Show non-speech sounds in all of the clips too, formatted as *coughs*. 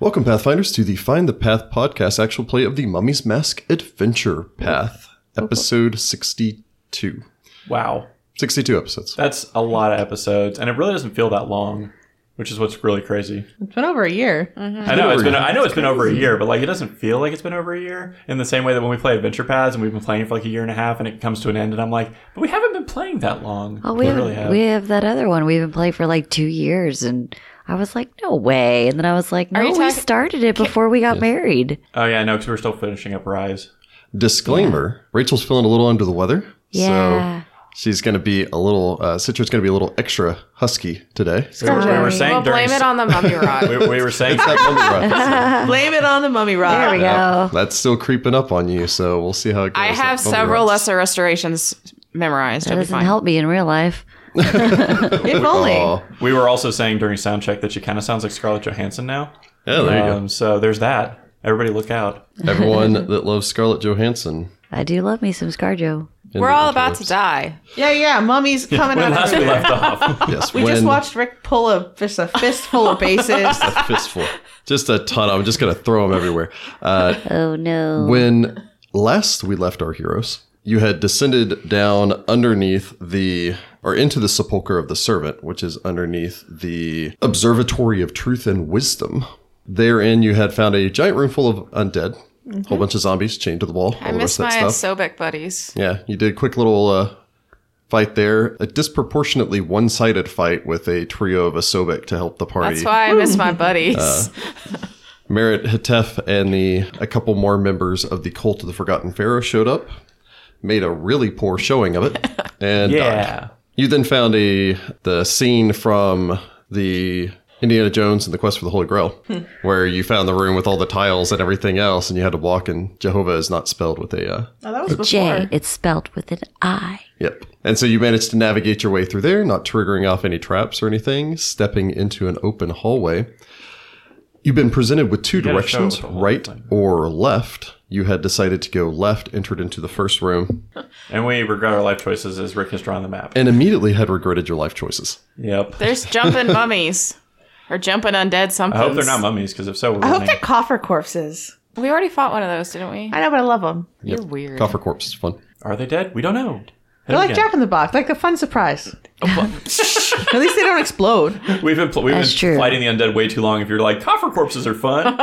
Welcome, Pathfinders, to the Find the Path podcast, actual play of the Mummy's Mask Adventure Path, episode 62. Wow. 62 episodes. That's a lot of episodes, and it really doesn't feel that long, which is what's really crazy. It's been over a year. I know it's been I know it's been over a year, but like it doesn't feel like it's been over a year. In the same way that when we play Adventure Paths and we've been playing for like a year and a half, and it comes to an end, and I'm like, but we haven't been playing that long. Oh, we have, really have. we have that other one we've been playing for like two years, and I was like, no way. And then I was like, no, you we talking- started it before we got married. oh yeah, no, because we're still finishing up Rise. Disclaimer Rachel's feeling a little under the weather. Yeah. So she's going to be a little, uh, Citra's going to be a little extra husky today. *laughs* We were, we were saying Well, during blame it on the *laughs* mummy *laughs* rod. we, we were saying That mummy rod. Blame it on the mummy There we rod. go. That's still creeping up on you, so we'll see how it goes. I That have mummy several rod's- lesser restorations memorized. That It'll be doesn't fine. help me in real life. If only. Aw. we were also saying during soundcheck that she kind of sounds like Scarlett Johansson now. Yeah, there you Um, so there's that. Everybody look out. go. Everyone that loves Scarlett Johansson. I do love me some ScarJo. in We're the all Adventure about to Wars. die. Yeah, yeah. Mummy's coming When out of last we everywhere. left off, Yes, We when just watched Rick pull a just a fistful of *laughs* bases. a fistful, just a ton. I'm just gonna throw them everywhere. Uh, Oh, no. When Oh. last we left our heroes, you had descended down underneath the, or into the sepulchre of the servant, which is underneath the observatory of truth and wisdom. Therein, you had found a giant room full of undead, a whole bunch of zombies chained to the wall. Mm-hmm. I all the rest miss of my that stuff. Sobek buddies. Yeah, you did a quick little uh, fight there. A disproportionately one sided fight with a trio of Asobek to help the party. Uh, That's why I miss my buddies. Merit Hetef and the a couple more members of the Cult of the Forgotten Pharaoh showed up, made a really poor showing of *laughs* it, and died. *laughs* yeah. You then found a the scene from the Indiana Jones and the Quest for the Holy Grail, Hmm. where you found the room with all the tiles and everything else, and you had to walk. And Jehovah is not spelled with a uh, Oh, that was before. J. It's spelled with an I. Yep. And so you managed to navigate your way through there, not triggering off any traps or anything, stepping into an open hallway. You've been presented with two gotta directions, show the whole right thing. or left. You had decided to go left, entered into the first room, And we regret our life choices as Rick has drawn the map. and immediately had regretted your life choices. Yep. *laughs* There's jumping mummies or jumping undead something. I hope they're not mummies, because if so, we're I hope running. they're coffer corpses. We already fought one of those, didn't we? I know, but I love them. You're weird. Coffer corpse is fun. Are they dead? We don't know. Hit They're like them Jack again. in the Box, like a fun *laughs* surprise. Oh, *laughs* At least they don't explode. We've been pl- we've That's been true. fighting the undead way too long. If you're like coffer corpses are *laughs* fun,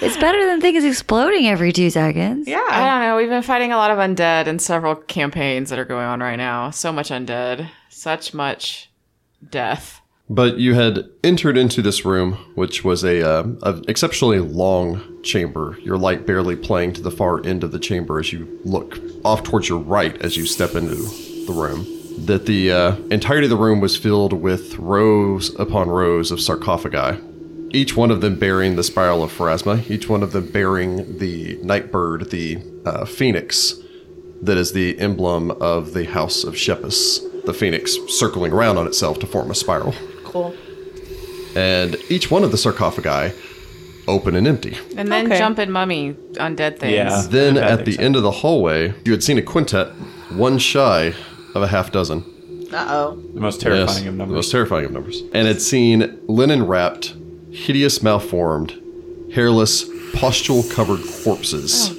It's better than things exploding every two seconds. I Yeah. don't know. We've been fighting a lot of undead in several campaigns that are going on right now. So much undead. Such much death. But you had entered into this room, which was a, uh, a exceptionally long chamber. Your light barely playing to the far end of the chamber as you look off towards your right as you step into the room. That the uh, entirety of the room was filled with rows upon rows of sarcophagi, each one of them bearing the spiral of Pharasma, each one of them bearing the nightbird, the uh, phoenix, that is the emblem of the House of Shepus, the phoenix circling around on itself to form a spiral. Cool. And each one of the sarcophagi open and empty. And then Okay. jumping mummy undead things. Yeah. Then That at makes the end of the hallway, you had seen a quintet, one shy of a half dozen. Uh oh. the most terrifying Yes, of the most numbers. terrifying of numbers. And had seen linen wrapped, hideous, malformed, hairless, pustule covered corpses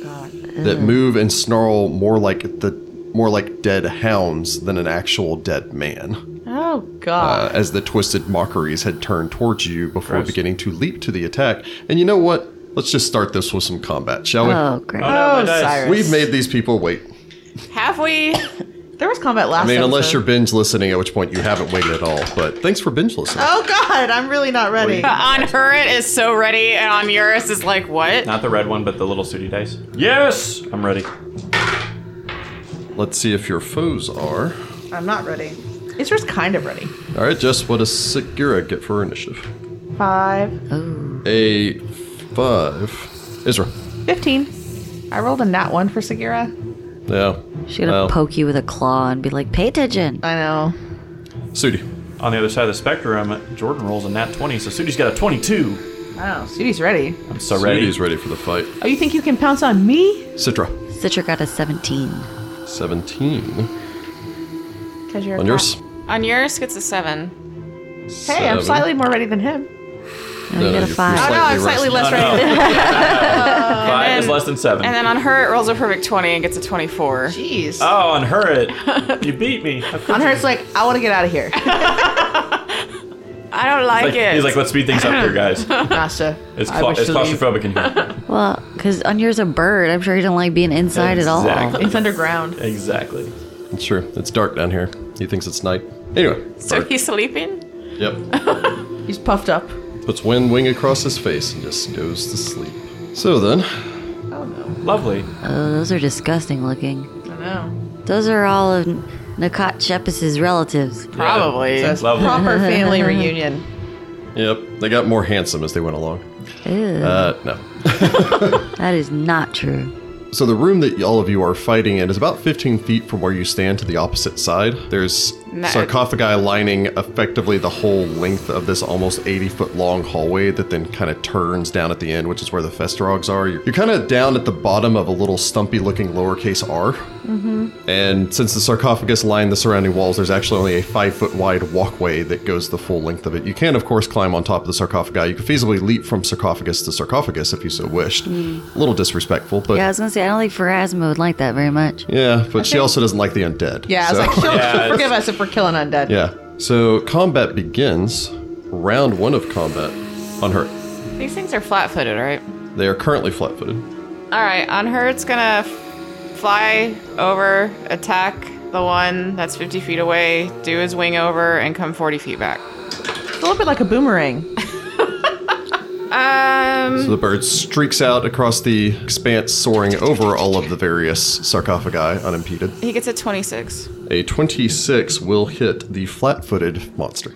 that move and snarl more like the more like dead hounds than an actual dead man. Oh god. uh, as the twisted mockeries had turned towards you before Gross. beginning to leap to the attack. And you know what? Let's just start this with some combat, shall we? Oh, great. Oh, no, my Oh, dice. Cyrus. Uh, We've made these people wait. Have we? there was combat last. I mean, unless you're episode. binge listening, at which point you haven't waited at all. But thanks for binge listening. Oh god, I'm really not ready. on her it is so ready, and on yours is like what? Not the red one, but the little sooty dice. Yes, I'm ready. Oh. Let's see if your foes are. I'm not ready. It's just kind of ready. All right, Jess, what does Segura get for initiative? Five. A five. Israel. Fifteen. I rolled a nat one for Segura. Yeah. She's going to Well, poke you with a claw and be like, pay attention. I know. Sudi. On the other side of the spectrum, Jordan rolls a nat 20, so Sudi's got a 22. Oh, Sudi's ready. I'm so ready. Sudi's ready for the fight. Oh, you think you can pounce on me? Citra. Citra got a 17. 17. Because you're. On yours? On yours gets a seven. Hey, I'm slightly more ready than him. you got a you're- you're five. Oh no, I'm slightly rusty. less No, no. rated. *laughs* *laughs* Five is less than seven. And then on her, it rolls a perfect 20 and gets a 24. Jeez. oh, on her *laughs* it. You beat me. How could On her, you? it's like, I want to get out of *laughs* here. I don't like, Like, it. he's like, let's speed things up here, *laughs* guys. Nasta. It's, I cla- wish it's to leave. claustrophobic in here. Well, because Anya's a bird. I'm sure he didn't like being inside at all. Exactly. It's underground. exactly. It's true. It's dark down here. He thinks it's night. Anyway. so bird. he's sleeping? Yep. He's puffed up. Puts one wing across his face and just goes to sleep. So then, Lovely. Oh, those are disgusting looking. I know. Those are all of Nakat Shepus's relatives. Probably. That's Lovely. proper *laughs* family reunion. yep, they got more handsome as they went along. Ew, Uh, no. that is not true. So the room that all of you are fighting in is about 15 feet from where you stand to the opposite side. There's Nah. sarcophagi lining effectively the whole length of this almost 80 foot long hallway that then kind of turns down at the end, which is where the Festerogs are. You're kind of down at the bottom of a little stumpy looking lowercase r. And since the sarcophagus lined the surrounding walls, there's actually only a five foot wide walkway that goes the full length of it. You can, of course, climb on top of the sarcophagi. You could feasibly leap from sarcophagus to sarcophagus if you so wished. A little disrespectful, but. Yeah, I was gonna say I don't think Pharasma would like that very much. Yeah, but she also doesn't like the undead. Yeah, I was so- like, she'll, she'll Yeah, it's- forgive us if we're killing *laughs* undead. yeah. So combat begins. Round one of combat on her. These things are flat footed, right? They are currently flat-footed. Mm-hmm. All right, on her, it's gonna f- fly over, attack the one that's 50 feet away, do his wing over, and come 40 feet back. It's a little bit like a boomerang. Um, So the bird streaks out across the expanse, soaring over all of the various sarcophagi unimpeded. he gets a 26. A 26 will hit the flat-footed monster.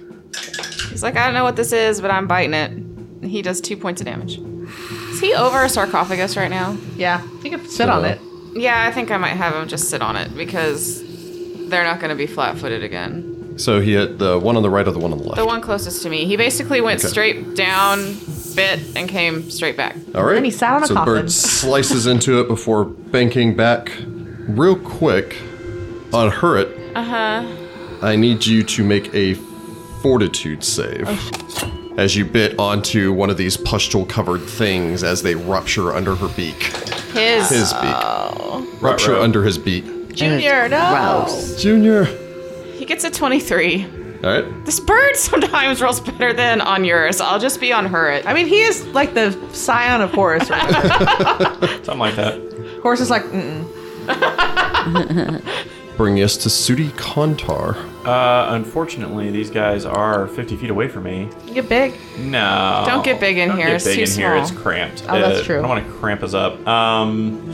He's like, I don't know what this is, but I'm biting it. He does two points of damage. Is he over a sarcophagus right now? Yeah, you can sit on it. Yeah, I think I might have him just sit on it because they're not going to be flat footed again. So he hit the one on the right or the one on the left. The one closest to me. He basically went Okay. straight down, bit, and came straight back. All right. And he sat on a so the coffin. bird slices into it before banking back real quick on Hurrit. Uh huh. I need you to make a fortitude save as you bit onto one of these pustule covered things as they rupture under her beak. His. His beak. Rupture under his beak. Junior, no. Gross. Junior. He gets a 23. All right. This bird sometimes rolls better than on yours. I'll just be on her. it. I mean, he is like the scion of *laughs* Horus. Right? Something like that. Horus is like, mm Bring us to Sudi Kontar. Uh, unfortunately, these guys are 50 feet away from me. you get big. No. Don't get big in Don't here. get It's big too in here. It's small. cramped. Uh, Oh, that's true. I don't want to cramp us up. Um,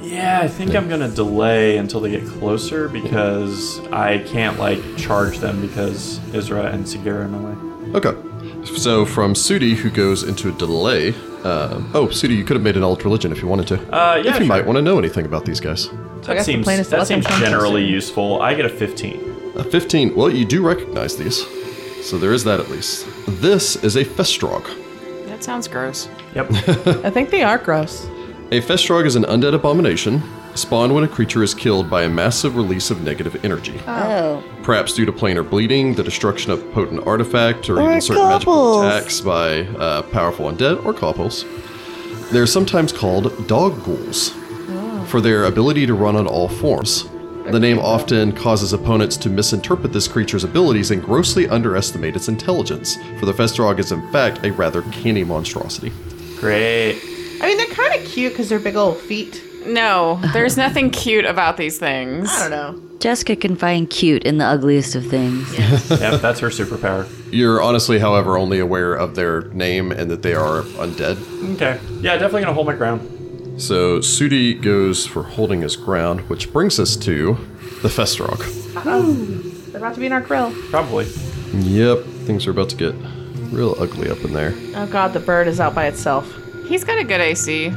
yeah, I think I'm gonna delay until they get closer because I can't like charge them because Isra and Segura are in my way. Okay. So from Sudi, who goes into a delay. Um, oh, Sudi, you could have made an alt religion if you wanted to. Uh, yeah, if you sure. might want to know anything about these guys. I guess That the seems plan is to that let them seems come closer. generally useful. I get a 15. A 15. Uh, Well, you do recognize these. So there is that at least. This is a Festrog. That sounds gross. Yep. I think they are gross. A Festrog is an undead abomination, spawned when a creature is killed by a massive release of negative energy. Oh, Perhaps due to planar bleeding, the destruction of potent artifact, or, Or even certain magical kobolds. attacks by uh, powerful undead or koppels. They're sometimes called dog ghouls for their ability to run on all forms. The name often causes opponents to misinterpret this creature's abilities and grossly underestimate its intelligence, for the Festrog is in fact a rather canny monstrosity. Great. I mean, they're kind of cute because they're big old feet. No, *laughs* there's nothing cute about these things. I don't know. Jessica can find cute in the ugliest of things. Yep, that's her *laughs* superpower. You're honestly, however, only aware of their name and that they are undead. Okay. Yeah, definitely gonna hold my ground. So Sudi goes for holding his ground, which brings us to the Festrog. They're about to be in our grill. Probably. Yep, things are about to get real ugly up in there. Oh god, the bird is out by itself. He's got a good AC.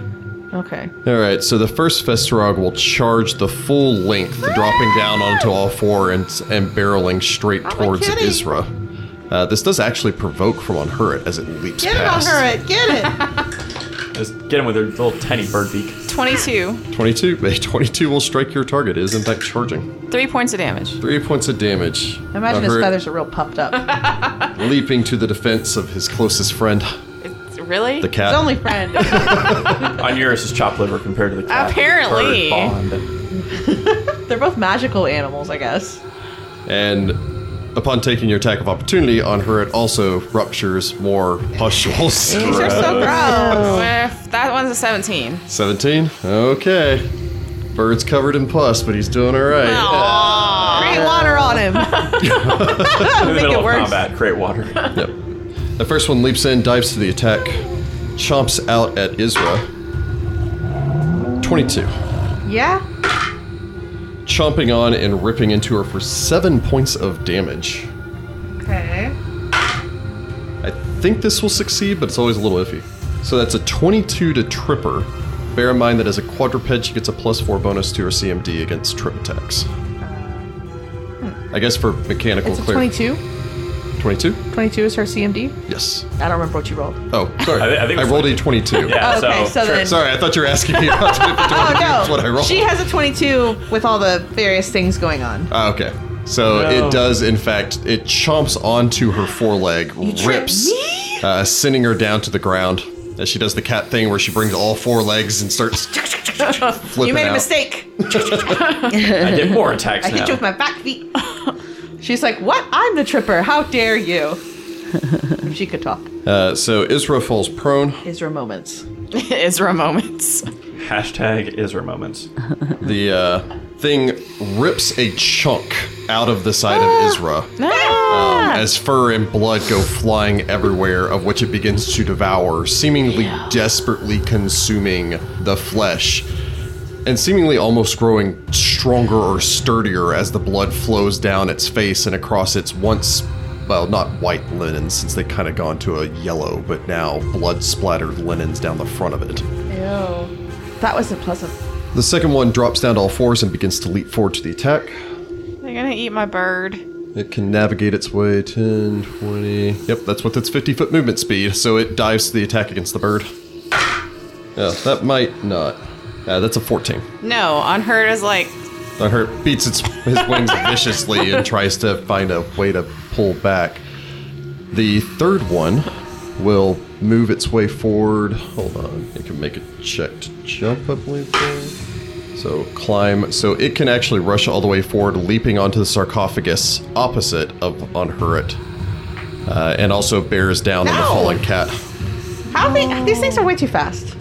Okay. All right, so the first Festrog will charge the full length, dropping down onto all four and, and barreling straight towards kitty. Isra. Uh, this does actually provoke from on Hurrit as it leaps Get it on past. her, it- get it. Just get him with your little tiny bird beak. *laughs* 22. 22. A 22 will strike your target. It is, in fact, charging. Three points of damage. Three points of damage. *laughs* Imagine Now his Herd feathers are real puffed *laughs* up. His Leaping to the defense of his closest friend, It's, really? the cat. only friend. On yours is chopped liver compared to the cat. Apparently. Bird bond. *laughs* They're both magical animals, I guess. and upon taking your attack of opportunity on her, it also ruptures more pustules. These are so gross. Uh, that one's a 17. 17. Okay. Bird's covered in pus, but he's doing all right. *laughs* *laughs* Create water on *laughs* him. In the Make middle it of worse. combat, create *laughs* water. *laughs* Yep. The first one leaps in, dives to the attack, chomps out at Isra. 22. Yeah. Chomping on and ripping into her for seven points of damage. Okay. I think this will succeed, but it's always a little iffy. So that's a 22 to tripper. Bear in mind that as a quadruped, she gets a plus four bonus to her CMD against trip attacks. I guess for mechanical It's a clear. 22. 22? 22 is her CMD. Yes. I don't remember what you rolled. Oh, sorry. I thi- I, I think it's rolled a like- 22. Yeah, Oh, okay, so so then- Sorry, I thought you were asking me *laughs* about 22. That's what I rolled. Oh, She has a 22 with all the various things going on. Ah, okay. So No. it does, in fact, it chomps onto her foreleg, rips, uh, sending her down to the ground. As she does the cat thing where she brings all four legs and starts *laughs* flipping you made out. a mistake. I get more attacks I now. hit you with my back feet. She's like, "What? I'm the tripper. How dare *laughs* you?" if she could talk. Uh, so Isra falls prone. Isra moments. Isra moments. *laughs* Hashtag Isra moments. The uh, thing rips a chunk out of the side Ah. of Isra. um, as fur and blood go flying everywhere, of which it begins to devour, seemingly desperately consuming the flesh, and seemingly almost growing stronger or sturdier as the blood flows down its face and across its once, well, not white linen, since they kind of gone to a yellow, but now blood splattered linens down the front of it. That wasn't pleasant. The second one drops down to all fours and begins to leap forward to the attack. They're gonna eat my bird. It can navigate its way 10, 20. Yep, that's with its 50 foot movement speed, so it dives to the attack against the bird. Yeah, that might not. Uh, that's a 14. No, unheard is like, The hurt beats its, his wings viciously and tries to find a way to pull back. The third one will move its way forward. Hold on, it can make a check to jump, I believe. though. So climb. So it can actually rush all the way forward, leaping onto the sarcophagus opposite of Unhurrit, uh, and also bears down on the Ow! fallen cat. How big? These things are way too fast.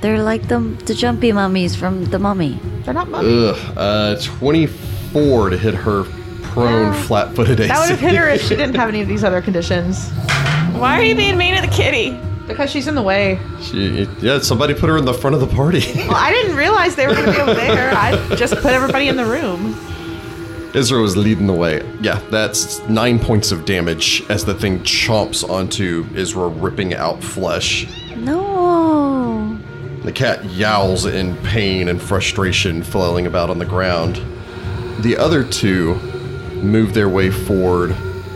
They're like the, the jumpy mummies from The Mummy. They're not mummies. Ugh, uh, 24 to hit her prone, flat-footed AC. That would have hit her if she didn't have any of these other conditions. why are you being mean to the kitty? Because she's in the way. She, yeah, somebody put her in the front of the party. *laughs* Well, I didn't realize they were going to be over there. I just put everybody in the room. Israel was leading the way. Yeah, that's nine points of damage as the thing chomps onto Israel, ripping out flesh. No. The cat yowls in pain and frustration, flailing about on the ground. The other two move their way forward.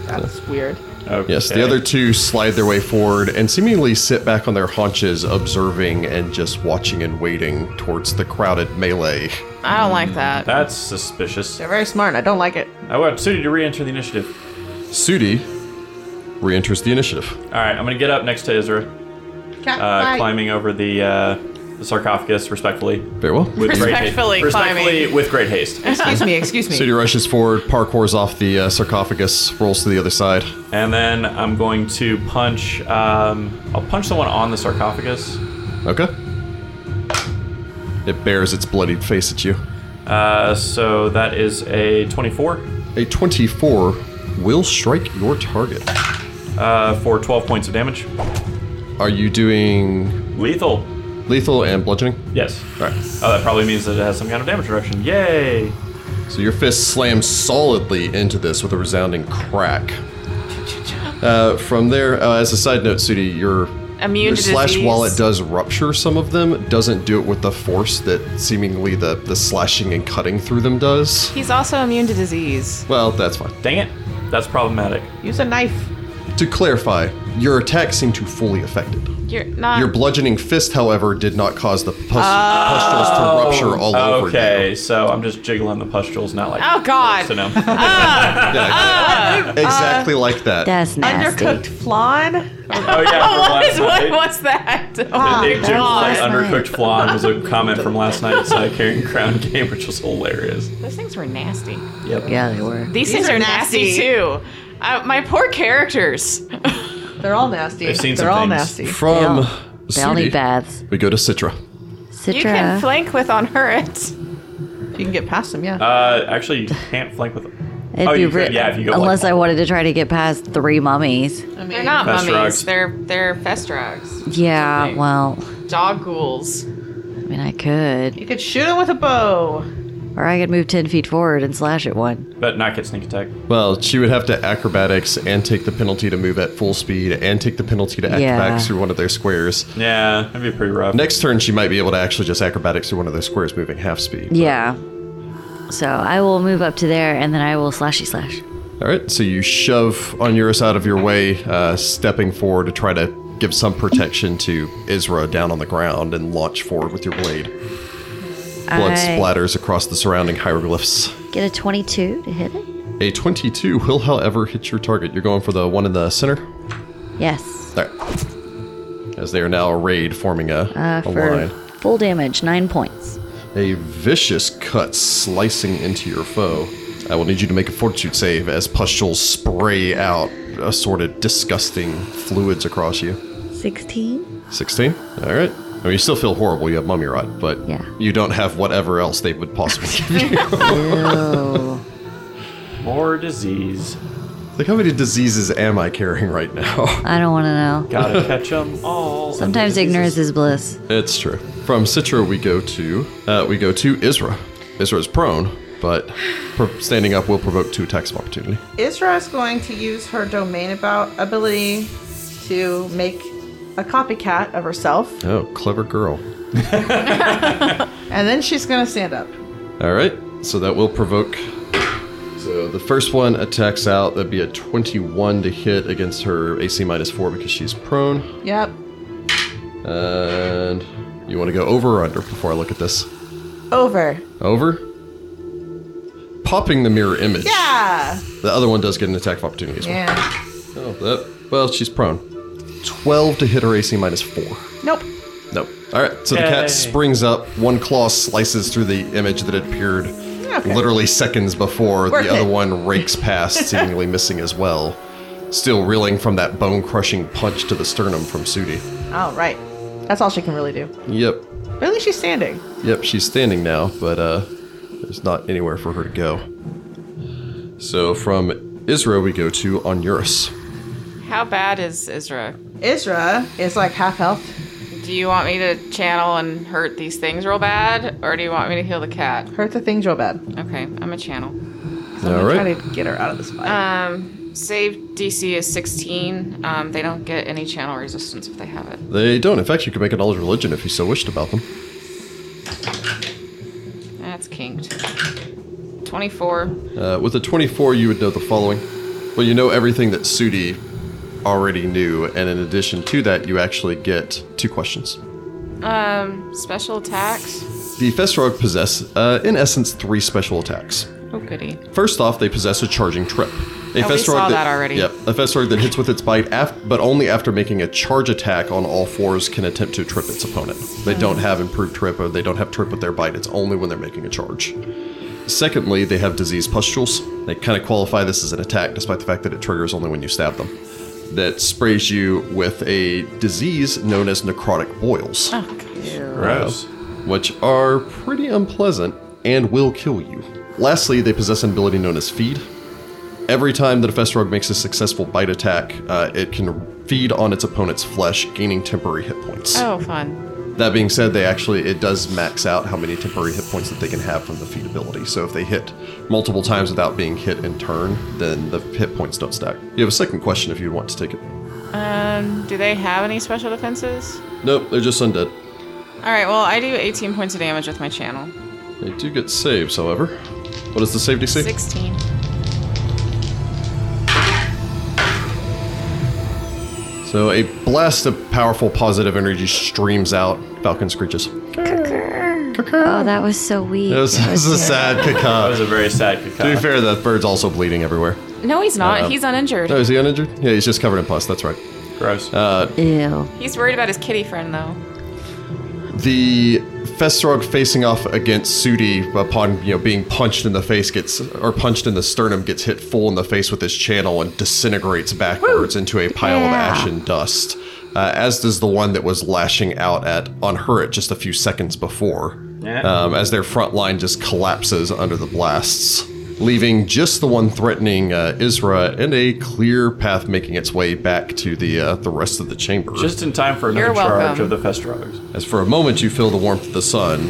That's weird. Okay. Yes, the other two slide their way forward and seemingly sit back on their haunches, observing and just watching and waiting towards the crowded melee. I don't like that. That's suspicious. They're very smart. and I don't like it. I want Sudi to re-enter the initiative. Sudi re enters the initiative. All right, I'm gonna get up next to Isra, Cat uh, fight. climbing over the uh, the sarcophagus respectfully. Very well. With Respectfully great haste. respectfully climbing. with great *laughs* haste, Excuse me. Excuse me. City rushes forward, parkours off the uh, sarcophagus, rolls to the other side. and then I'm going to punch. Um, I'll punch the one on the sarcophagus. Okay. It bears its bloodied face at you. Uh, so that is a 24 A 24 will strike your target. uh, for 12 points of damage. Are you doing Lethal. lethal and bludgeoning? Yes. All right. Oh, that probably means that it has some kind of damage reduction. Yay! So your fist slams solidly into this with a resounding *laughs* crack. Uh, from there, uh, as a side note, Sudi, your, Immune your to slash, disease. while it does rupture some of them, doesn't do it with the force that seemingly the, the slashing and cutting through them does. *laughs* He's also immune to disease. Well, that's fine. Dang it. That's problematic. Use a knife. To clarify, Your attack seemed to fully affect it. You're not. Your bludgeoning fist, however, did not cause the pus- pustules to Oh, rupture all over okay, you. so I'm just jiggling the pustules, not like. Oh, God. So no. *laughs* *laughs* Yeah, Uh, exactly like that. That's nasty. Undercooked flan. Oh yeah, from What last is what? night. What's that? Oh, They do like God. undercooked flan was a comment from last night's uh, Karen Crown *laughs* game, which was hilarious. Those things were nasty. Yep. Yeah, they were. These, things are, nasty, nasty. too. Uh, my poor characters. They're all nasty. I've seen They're some all things. nasty. From Yeah. They all Sudi, need baths. we go to Citra. Citra. You can flank with on Hurt. You can get past them, yeah. Uh, actually, you can't flank with. If oh, you you re- could, yeah, if you go. unless like, I wanted to try to get past three mummies. I mean, They're not Festrogs. mummies. They're they're festrogs. Yeah, Okay. well, Dog ghouls. I mean, I could, You could shoot it with a bow. or I could move ten feet forward and slash at one. but not get sneak attack. Well, she would have to acrobatics and take the penalty to move at full speed and take the penalty to Yeah. acrobatics through one of their squares. Yeah, that'd be pretty rough. Next turn, she might be able to actually just acrobatics through one of their squares, moving half speed. Yeah. So I will move up to there, and then I will slashy slash. All right, so you shove Onuris out of your way, uh, stepping forward to try to give some protection to Isra down on the ground and launch forward with your blade. Blood I splatters across the surrounding hieroglyphs. Get a twenty-two to hit it. A 22 will, however, hit your target. You're going for the one in the center? Yes. All right. As they are now arrayed, forming a, Uh, a for line. full damage, nine points. A vicious cut slicing into your foe. I will need you to make a fortitude save as pustules spray out assorted disgusting fluids across you. Sixteen. 16? All right. I mean, you still feel horrible. You have mummy rot, but Yeah. you don't have whatever else they would possibly give *laughs* you. Ew. More disease. like, how many diseases am I carrying right now? *laughs* I don't want to know. Gotta catch them all. Sometimes ignorance is bliss. it's true. From Citra, we go to uh, we go to Isra. Isra is prone, but pro- standing up will provoke two attacks of opportunity. Isra is going to use her domain about ability to make a copycat of herself, Oh, clever girl. and then she's going to stand up. All right. So that will provoke. So the first one attacks out. That'd be a 21 to hit against her AC minus four because she's prone. Yep. And you want to go over or under before I look at this? Over. Over. Popping the mirror image. Yeah. The other one does get an attack of opportunity as well. Yeah. Oh, that, well, she's prone. 12 to hit her AC minus 4. Nope. Nope. All right, so the Yay. cat springs up. One claw slices through the image that had appeared Okay. literally seconds before. Worth the other it. one rakes *laughs* past, seemingly missing as well. Still reeling from that bone crushing punch to the sternum from Sudi. All right. That's all she can really do. Yep, But at least she's standing. Yep, she's standing now, but uh, there's not anywhere for her to go. So from Israel, we go to Onuris. How bad is Isra? Isra is like half health. Do you want me to channel and hurt these things real bad, or do you want me to heal the cat? Hurt the things real bad. Okay, I'm a channel. So I'm All gonna right. try to get her out of this fight. Um, save DC is 16. Um, they don't get any channel resistance if they have it. They don't. In fact, you could make a knowledge of religion if you so wished about them. That's kinked. 24. Uh, with a 24, you would know the following. Well, you know everything that Sudi already knew, and in addition to that, you actually get two questions. Um, special attacks. The Fesrog possess, uh, in essence, three special attacks. Oh goody. First off, they possess a charging trip. A Oh, we saw that already. Yep, a Festorg that hits with its bite, af- but only after making a charge attack on all fours can attempt to trip its opponent. They don't have improved trip, or they don't have trip with their bite. It's only when they're making a charge. Secondly, they have disease pustules. They kind of qualify this as an attack, despite the fact that it triggers only when you stab them. That sprays you with a disease known as necrotic boils, Gross. which are pretty unpleasant and will kill you. Lastly, they possess an ability known as feed. Every time that a Festorog makes a successful bite attack, uh, it can feed on its opponent's flesh, gaining temporary hit points. Oh fun. That being said, they actually it does max out how many temporary hit points that they can have from the feed ability. So if they hit multiple times without being hit in turn, then the hit points don't stack. You have a second question if you want to take it. Um, do they have any special defenses? Nope, they're just undead. All right. Well, I do 18 points of damage with my channel. They do get saves, however. What is the save DC? 16. So a blast of powerful positive energy streams out. Falcon screeches. Oh, that was so weak. It *laughs* was, That was this is a sad terrible. That was caca. a very sad To be caca. fair, the bird's also bleeding everywhere. No, he's not. he's uninjured. Oh, is he uninjured? Yeah, he's just covered in pus. That's right. Gross. Uh, Ew. he's worried about his kitty friend though. *laughs* the Festrog facing off against Sudi upon you know being punched in the face gets or punched in the sternum gets hit full in the face with his channel and disintegrates backwards into a pile of Yeah. ash and dust. Uh, as does the one that was lashing out at on Hurrit just a few seconds before, Yeah. um, as their front line just collapses under the blasts, leaving just the one threatening uh, Isra and a clear path making its way back to the uh, the rest of the chamber. Just in time for another You're charge welcome. of the Festrothers. As for a moment, you feel the warmth of the sun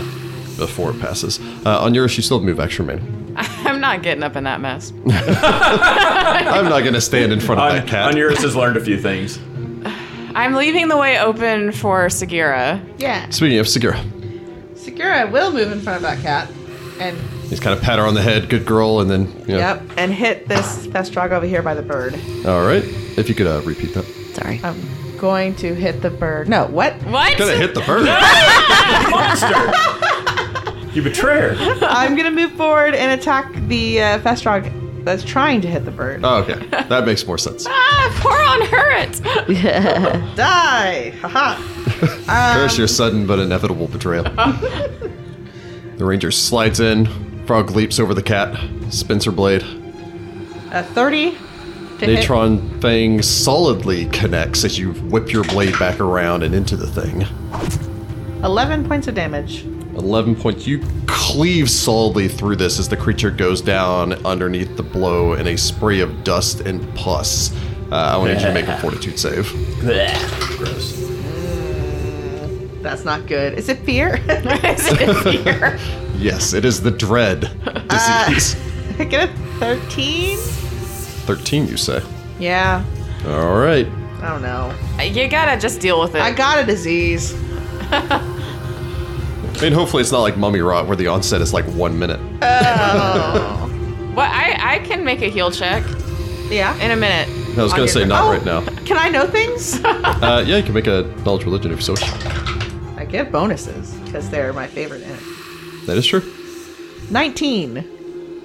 before it passes. Uh, on yours, you still have move action, man. I'm not getting up in that mess. *laughs* I'm not going to stand in front of On, that cat. on yours has learned a few things. I'm leaving the way open for Sagira. Yeah. Speaking of Segura, Segura will move in front of that cat. And, he's kind of pat her on the head, good girl, and then, you know. yep, and hit this Festrog over here by the bird. All right. If you could uh, repeat that. Sorry. I'm going to hit the bird. No, what? What? Gonna hit the bird. You betrayer. I'm going to move forward and attack the uh, Festrog that's trying to hit the bird. Oh, okay. That makes more sense. *laughs* Ah, poor on Hurt. *laughs* Die! Haha! Perish your sudden but inevitable betrayal. the ranger slides in. Frog leaps over the cat. Spencer blade. A 30 to hit. Natron Fang solidly connects as you whip your blade back around and into the thing. 11 points of damage. 11 points. You cleave solidly through this as the creature goes down underneath the blow in a spray of dust and pus. Uh, I want you to make a fortitude save. Blech. Gross. That's not good. Is it fear? *laughs* Yes, it is the dread disease. I get a 13? 13, you say. Yeah. All right. I don't know. you gotta just deal with it. I got a disease. I mean, hopefully it's not like mummy rot where the onset is like one minute. what? I, I can make a heal check Yeah. in a minute. I was going On your to say turn. not Oh. right now. Can I know things? *laughs* Uh, yeah, you can make a knowledge religion if you so. I get bonuses because they're my favorite in it. That is true. 19.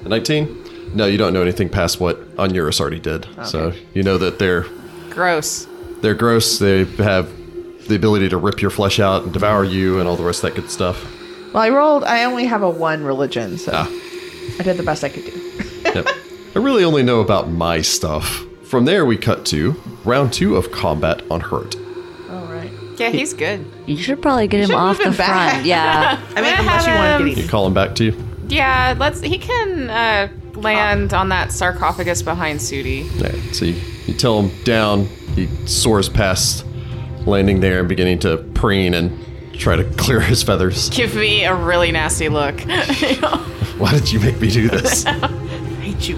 A 19? No, you don't know anything past what Onuris already did. So you know that they're Gross. They're gross. They have the ability to rip your flesh out and devour you and all the rest of that good stuff. *laughs* Well, I rolled, I only have a 1 religion, so Ah, I did the best I could do. yep. I really only know about my stuff. From there, we cut to round two of combat on Hurt. All right. Yeah, he's good. You should probably get him should off move the him back. *laughs* front. I um, Yeah. mean, Yeah, unless you want have to get him. You eaten. call him back to you. Yeah, let's. He can uh, land on that sarcophagus behind Sudi. All right, so you, you tell him down. He soars past, landing there and beginning to preen and try to clear his feathers. Give me a really nasty look. *laughs* Why did you make me do this? *laughs* I hate you. *laughs*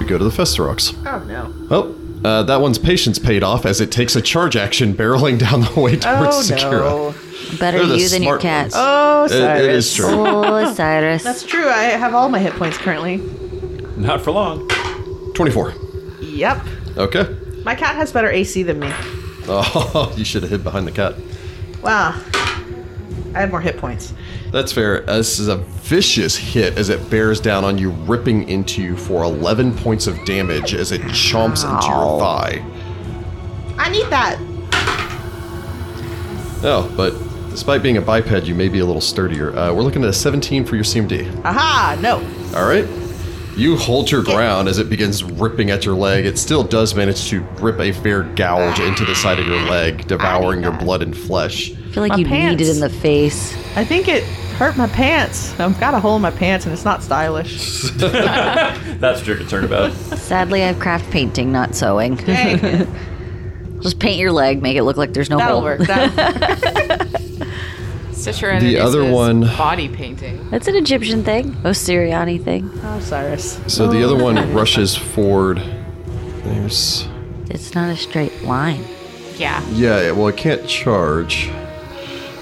we go to the Festerox. Oh, no. Oh, uh, that one's patience paid off as it takes a charge action barreling *laughs* down the way towards Oh, Sakura. no. Better They're the you than your smart cat. ones. Oh, It- it is Cyrus. true. Oh, Cyrus. That's true. I have all my hit points currently. Not for long. 24. Yep. Okay. *laughs* My cat has better AC than me. Oh, you should have hid behind the cat. Wow. I have more hit points. That's fair. Uh, This is a vicious hit as it bears down on you, ripping into you for 11 points of damage as it chomps into your thigh. I need that. Oh, but despite being a biped, you may be a little sturdier. Uh, we're looking at a 17 for your CMD. Aha! No. All right. You hold your ground as it begins ripping at your leg. It still does manage to rip a fair gouge into the side of your leg, devouring your blood and flesh. I feel like my you need pants. it in the face. I think it hurt my pants. I've got a hole in my pants and it's not stylish. That's what you're concerned about. Sadly, I've craft painting, not sewing. Hey, *laughs* Just paint your leg, make it look like there's no that'll hole. *laughs* work. That'll Citra The other introduces one- Body *laughs* painting. That's an Egyptian thing. Osiriani thing. Oh, Cyrus. So the other one rushes forward. There's. It's not a straight line. Yeah. Yeah, it- well, it can't charge.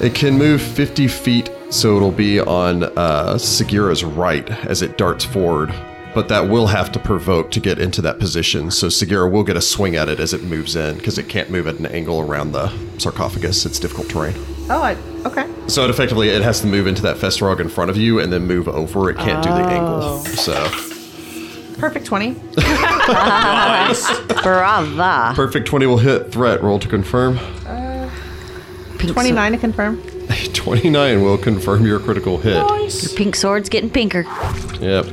It can move 50 feet, so it'll be on uh, Segura's right as it darts forward. but that will have to provoke to get into that position. So Segura will get a swing at it as it moves in because it can't move at an angle around the sarcophagus. It's difficult terrain. Oh, I, okay. So it effectively it has to move into that Festarog in front of you and then move over. It can't do the angle. So *laughs* Perfect 20. Brava. perfect twenty will hit. Threat roll to confirm. *laughs* Pink 29 to confirm. Twenty nine will confirm your critical hit. Sword, pink sword's getting pinker. Yep.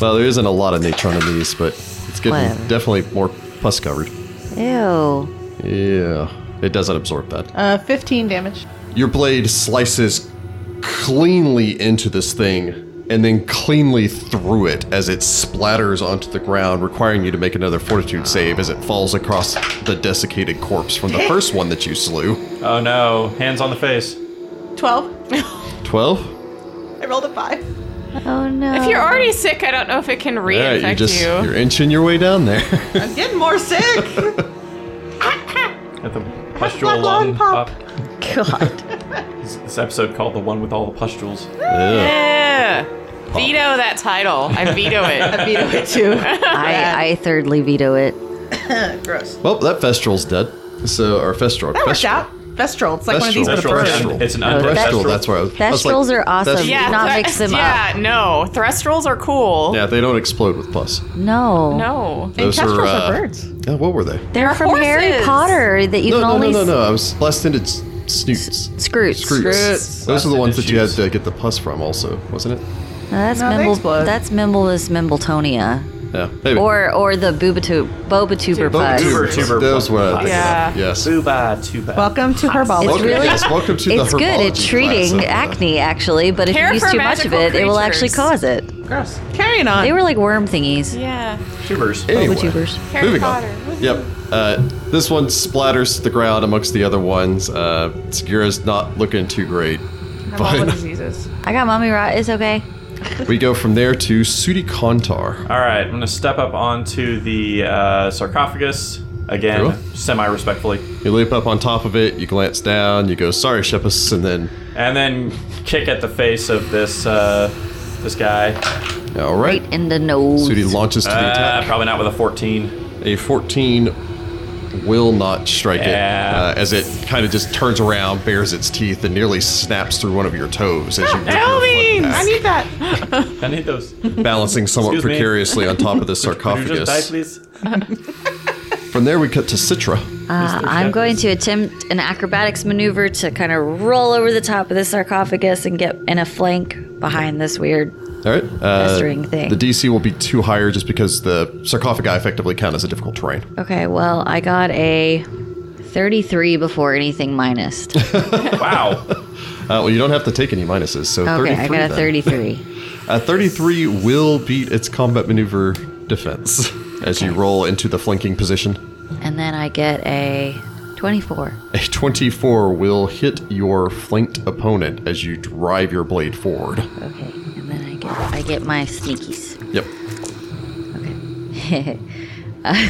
Well, there isn't a lot of nature on these, but it's getting Whatever. definitely more pus covered. Ew. Oh, Yeah. It doesn't absorb that. Uh, 15 damage. Your blade slices cleanly into this thing and then cleanly through it as it splatters onto the ground, requiring you to make another fortitude save as it falls across the desiccated corpse from *laughs* the first one that you slew. Oh no! Hands on the face. 12. 12? *laughs* I rolled a 5. Oh no. If you're already sick, I don't know if it can Yeah, reinfect you just, you. you're inching your way down there. *laughs* I'm getting more sick. *laughs* At the my pustule lung lung pop. pop. God. *laughs* This, this episode called the one with all the pustules. Ugh. Yeah. Veto that title. I veto *laughs* it. I veto it too. I, I thirdly veto it. *laughs* Gross. Well, that Festral's dead. So, or Festral. That worked Festral. out. Vestral. It's like one of these Vestral, with a Vestral, bird. Vestral. It's an Yeah, undead Vestral, Vestral. That's where I was, I was Thestrals like, are awesome. Thestral. Yeah. Do not thre- mix them yeah, no. Threstrals are cool. Yeah, they don't explode with pus. No. No. And Those are, kestrels are uh, birds. Yeah, what were they? They're from Harry horses. Potter that you No, can no, only no, no, no. I was last ended s- snoots. Scroots. Scroots. Those are the Last-ended ones that you had shoots. to get the pus from, also, wasn't it? No, that's No, they Mimble, explode. that's Mimbleless Mimbletonia. Yeah, maybe. Or or the Boobatu Those Bobatuber pus. were- Tuber, tuber, those were. pus. Yeah. Yes. Tuba, tuba. Welcome to herbology. Welcome, really- *laughs* yes, welcome to the It's good at herbology treating class. uh, acne, actually, but if you Care use for too much of it, magical it will actually creatures. cause it. Gross. Carrying on. They were like worm thingies. Yeah. Tubers. Anyway, Boobatoobers. Harry moving Potter. on. Yep. Uh, this one splatters to the ground amongst the other ones. Uh, Segura's not looking too great. I'm all with But diseases. I got mommy rot. It's okay. we go from there to Sudi Kontar. All right, I'm gonna step up onto the uh, sarcophagus again, Cool. semi-respectfully, You leap up on top of it, you glance down, you go, sorry, Shepus, and then, and then kick at the face of this uh, this guy. all right. Right in the nose. Sudi launches to the attack. Uh, probably not with a 14. A 14 will not strike Yeah. it uh, as it kind of just turns around, bares its teeth, and nearly snaps through one of your toes as you rip your foot Elvings! back, I need that. I need those. balancing somewhat Excuse me. precariously on top of the *laughs* Could you just die, sarcophagus. please? From there, we cut to Citra. Uh, I'm going to attempt an acrobatics maneuver to kind of roll over the top of the sarcophagus and get in a flank behind this weird. All right, uh, Mastering thing. the DC will be too higher just because the sarcophagi effectively count as a difficult terrain. Okay, well, I got a 33 before anything minus. *laughs* *laughs* Wow. Uh, well, you don't have to take any minuses, so Okay, 33. I got a then. 33. A 33 will beat its combat maneuver defense as you roll into the flanking position. and then I get a 24. A 24 will hit your flanked opponent as you drive your blade forward. Okay, and then I get I get my sneakies. Yep. Okay. Uh,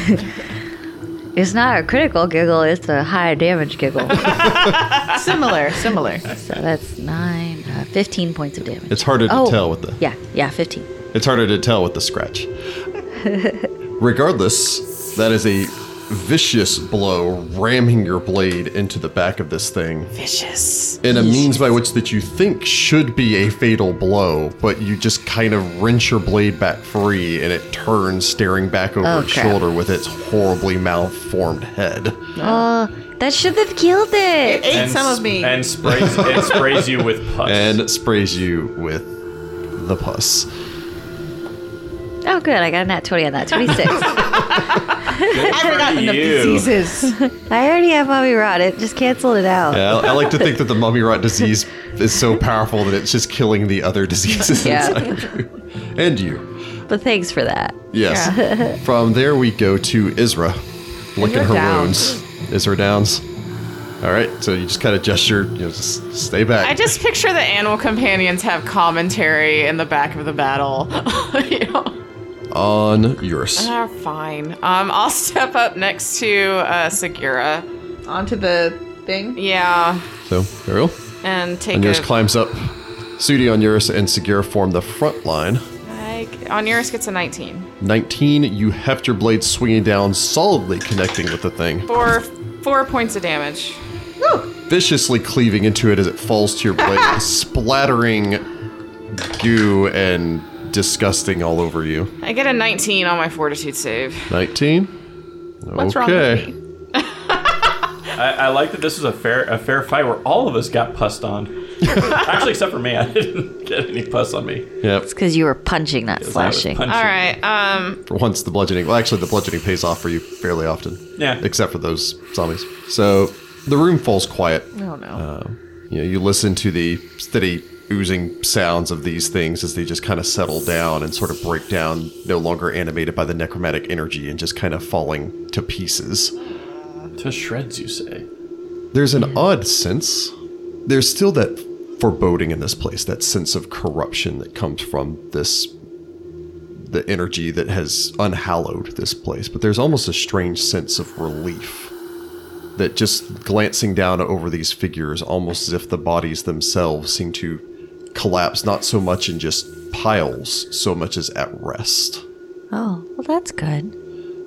*laughs* it's not a critical giggle, it's a high damage giggle. *laughs* similar, similar. so that's 9, uh, 15 points of damage. It's harder to Oh, tell with the Yeah, yeah, 15. It's harder to tell with the *laughs* scratch. Regardless, that is a vicious blow ramming your blade into the back of this thing Vicious. in a means by which that you think should be a fatal blow, but you just kind of wrench your blade back free and it turns staring back over Oh, its crap. shoulder with its horribly malformed head. Oh, that should have killed it. Ate some of sp- me. And sprays and sprays you with pus. and sprays you with the pus. Oh, good. I got a nat 20 on that. 26. I *laughs* I've forgotten the you. diseases. *laughs* already have mommy rot. It just canceled it out. Yeah, I, I like to think that the mummy rot disease is so powerful that it's just killing the other diseases Yeah. inside of you. And you. But thanks for that. Yes. *laughs* From there, we go to Isra, licking Isra her down. wounds. Isra downs. All right, so you just kind of gesture, you know, just stay back. I just picture the animal companions have commentary in the back of the battle. *laughs* you know? On yours. Uh-huh. Ah, fine. Um, I'll step up next to uh, Segura. Onto the thing. Yeah, So, Ariel. and take On yours a- climbs up. Sudi on yours and Segura form the front line. I, Onuris gets a 19 19, you heft your blade swinging down, solidly connecting with the thing, for four points of damage. viciously cleaving into it as it falls *laughs* to your blade, splattering goo and disgusting all over you. I get a 19 on my Fortitude save. 19? What's wrong with me? I, I like that this was a fair a fair fight where all of us got pussed *laughs* on. Actually, except for me, I *laughs* didn't get any puss on me. Yep. because you were punching, not I was slashing. punching. All right. Um, For once, the bludgeoning. Well, actually, the bludgeoning pays off for you fairly often. Yeah. Except for those zombies. So the room falls quiet. oh no. Uh, You know, you listen to the steady oozing sounds of these things as they just kind of settle down and sort of break down, no longer animated by the necromantic energy and just kind of falling to pieces. To shreds, you say. There's an odd sense. There's still that foreboding in this place, that sense of corruption that comes from this the energy that has unhallowed this place, but there's almost a strange sense of relief that just glancing down over these figures almost as if the bodies themselves seem to collapse not so much in just piles so much as at rest. Oh, well, that's good.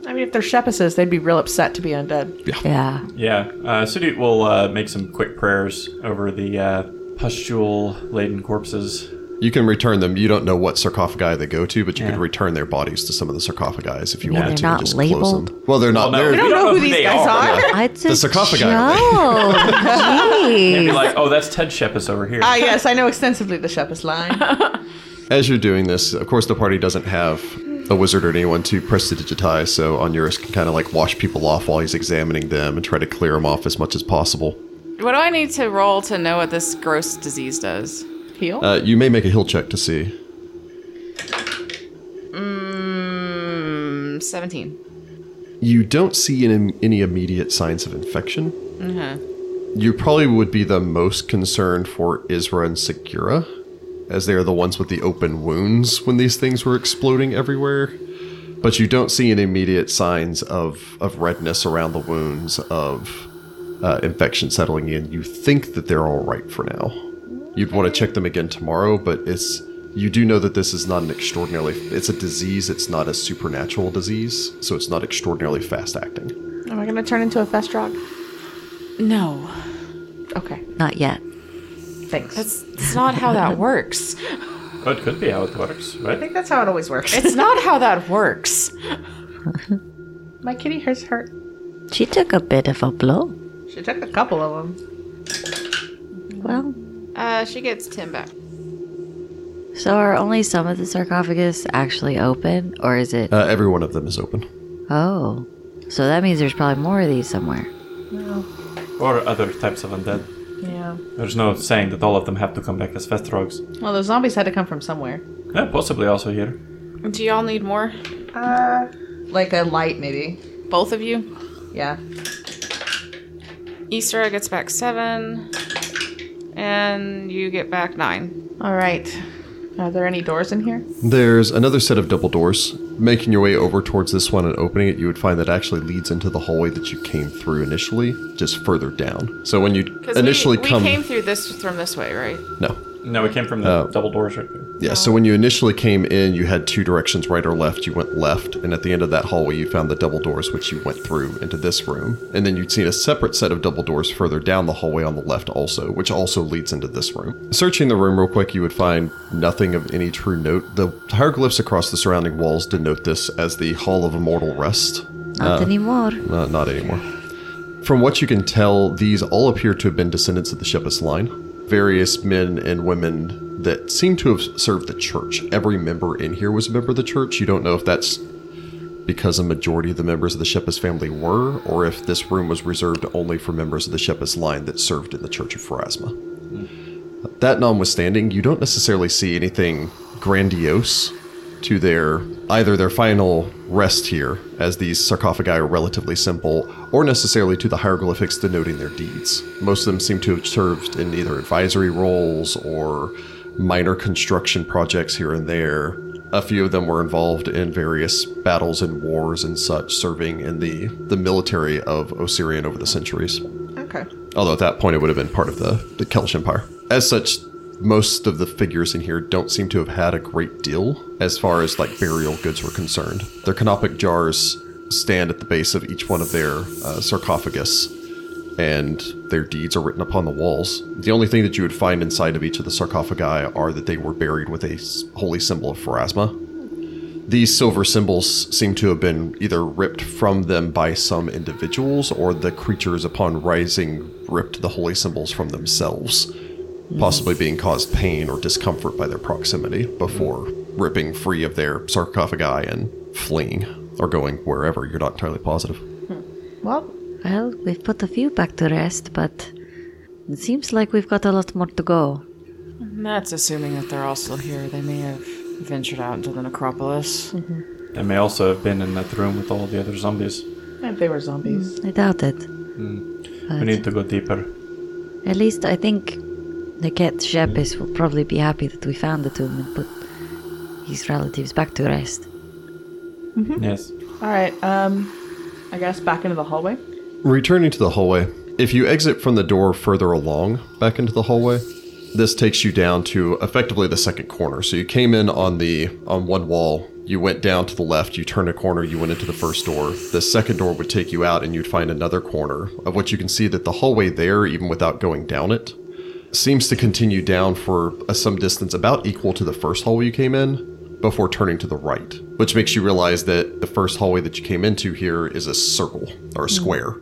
I mean, if they're shepherdesses, they'd be real upset to be undead. Yeah. Yeah. Uh, Sudit will uh, make some quick prayers over the uh, pustule laden corpses. You can return them. You don't know what sarcophagi they go to, but you Yeah. could return their bodies to some of the sarcophagi if you Yeah. wanted They're to. not just labeled? close them. Well, they're not. no, they're, We don't know who these they guys are. *laughs* It's The sarcophagi are *laughs* Be Jeez. like, oh, that's Ted Shepis over here. Ah, yes, I know extensively the shepherdess *laughs* line. As you're doing this, of course, the party doesn't have a wizard or anyone to prestidigitize, so Onuris can kind of like wash people off while he's examining them and try to clear them off as much as possible. What do I need to roll to know what this gross disease does? Heal? Uh, you may make a hill check to see. Mm, 17. You don't see any, any immediate signs of infection. Mm-hmm. You probably would be the most concerned for Isra and Segura, as they are the ones with the open wounds when these things were exploding everywhere. But you don't see any immediate signs of, of redness around the wounds, of uh, infection settling in. You think that they're all right for now. You'd want to check them again tomorrow, but it's you do know that this is not an extraordinarily it's a disease. It's not a supernatural disease, so it's not extraordinarily fast acting. Am I going to turn into a festrog? No. Okay, Not yet. thanks. That's, that's not how that works. But it could be how it works, I right? think that's how it always works. It's not how that works. My kitty hurts hurt. She took a bit of a blow. She took a couple of them. Well, *laughs* Uh, she gets 10 back. so are only some of the sarcophagus actually open, or is it? Uh, every one of them is open. Oh, so that means there's probably more of these somewhere. Or other types of undead. Yeah. There's no saying that all of them have to come back as Festrogs. Well, those zombies had to come from somewhere. Yeah, possibly also here. Do y'all need more? Uh, like a light, maybe. Both of you? Yeah. Easter gets back 7. And you get back 9. All right. Are there any doors in here? There's another set of double doors. Making your way over towards this one and opening it, you would find that actually leads into the hallway that you came through initially, just further down. So when you Because initially we, come, we came through this from this way, right? no, No, it came from the Oh. double doors right there. Yeah, so when you initially came in, you had two directions, right or left. You went left, and at the end of that hallway, you found the double doors, which you went through into this room. And then you'd seen a separate set of double doors further down the hallway on the left, also, which also leads into this room. Searching the room real quick, you would find nothing of any true note. The hieroglyphs across the surrounding walls denote this as the Hall of Immortal Rest. Not anymore. Uh, not anymore. From what you can tell, these all appear to have been descendants of the Shepherd's line. Various men and women that seem to have served the church. Every member in here was a member of the church. You don't know if that's because a majority of the members of the Shepherd's family were, or if this room was reserved only for members of the Shepherd's line that served in the Church of Pharasma. That notwithstanding, you don't necessarily see anything grandiose to their either their final rest here, as these sarcophagi are relatively simple, or necessarily to the hieroglyphics denoting their deeds. Most of them seem to have served in either advisory roles or minor construction projects here and there. A few of them were involved in various battles and wars and such, serving in the, the military of Osirian over the centuries Okay. although at that point it would have been part of the, the Kelch Empire. As such, most of the figures in here don't seem to have had a great deal as far as like burial goods were concerned. Their canopic jars stand at the base of each one of their uh, sarcophagus, and their deeds are written upon the walls. The only thing that you would find inside of each of the sarcophagi are that they were buried with a s- holy symbol of Pharasma. These silver symbols seem to have been either ripped from them by some individuals or the creatures upon rising ripped the holy symbols from themselves, possibly being caused pain or discomfort by their proximity before ripping free of their sarcophagi and fleeing or going wherever. You're not entirely positive. Well, Well, we've put a few back to rest, but it seems like we've got a lot more to go. That's assuming that they're all still here. They may have ventured out into the necropolis. They may also have been in that room with all the other zombies. if they were zombies. I doubt it. We need to go deeper. At least I think Naket Shepis will probably be happy that we found the tomb and put his relatives back to rest. Yes. All right. Um, I guess back into the hallway. Returning to the hallway, if you exit from the door further along back into the hallway, this takes you down to effectively the second corner. So you came in on the on one wall, you went down to the left, you turned a corner, you went into the first door. The second door would take you out and you'd find another corner of what you can see that the hallway there even without going down it seems to continue down for uh, some distance about equal to the first hallway you came in before turning to the right, which makes you realize that the first hallway that you came into here is a circle or a square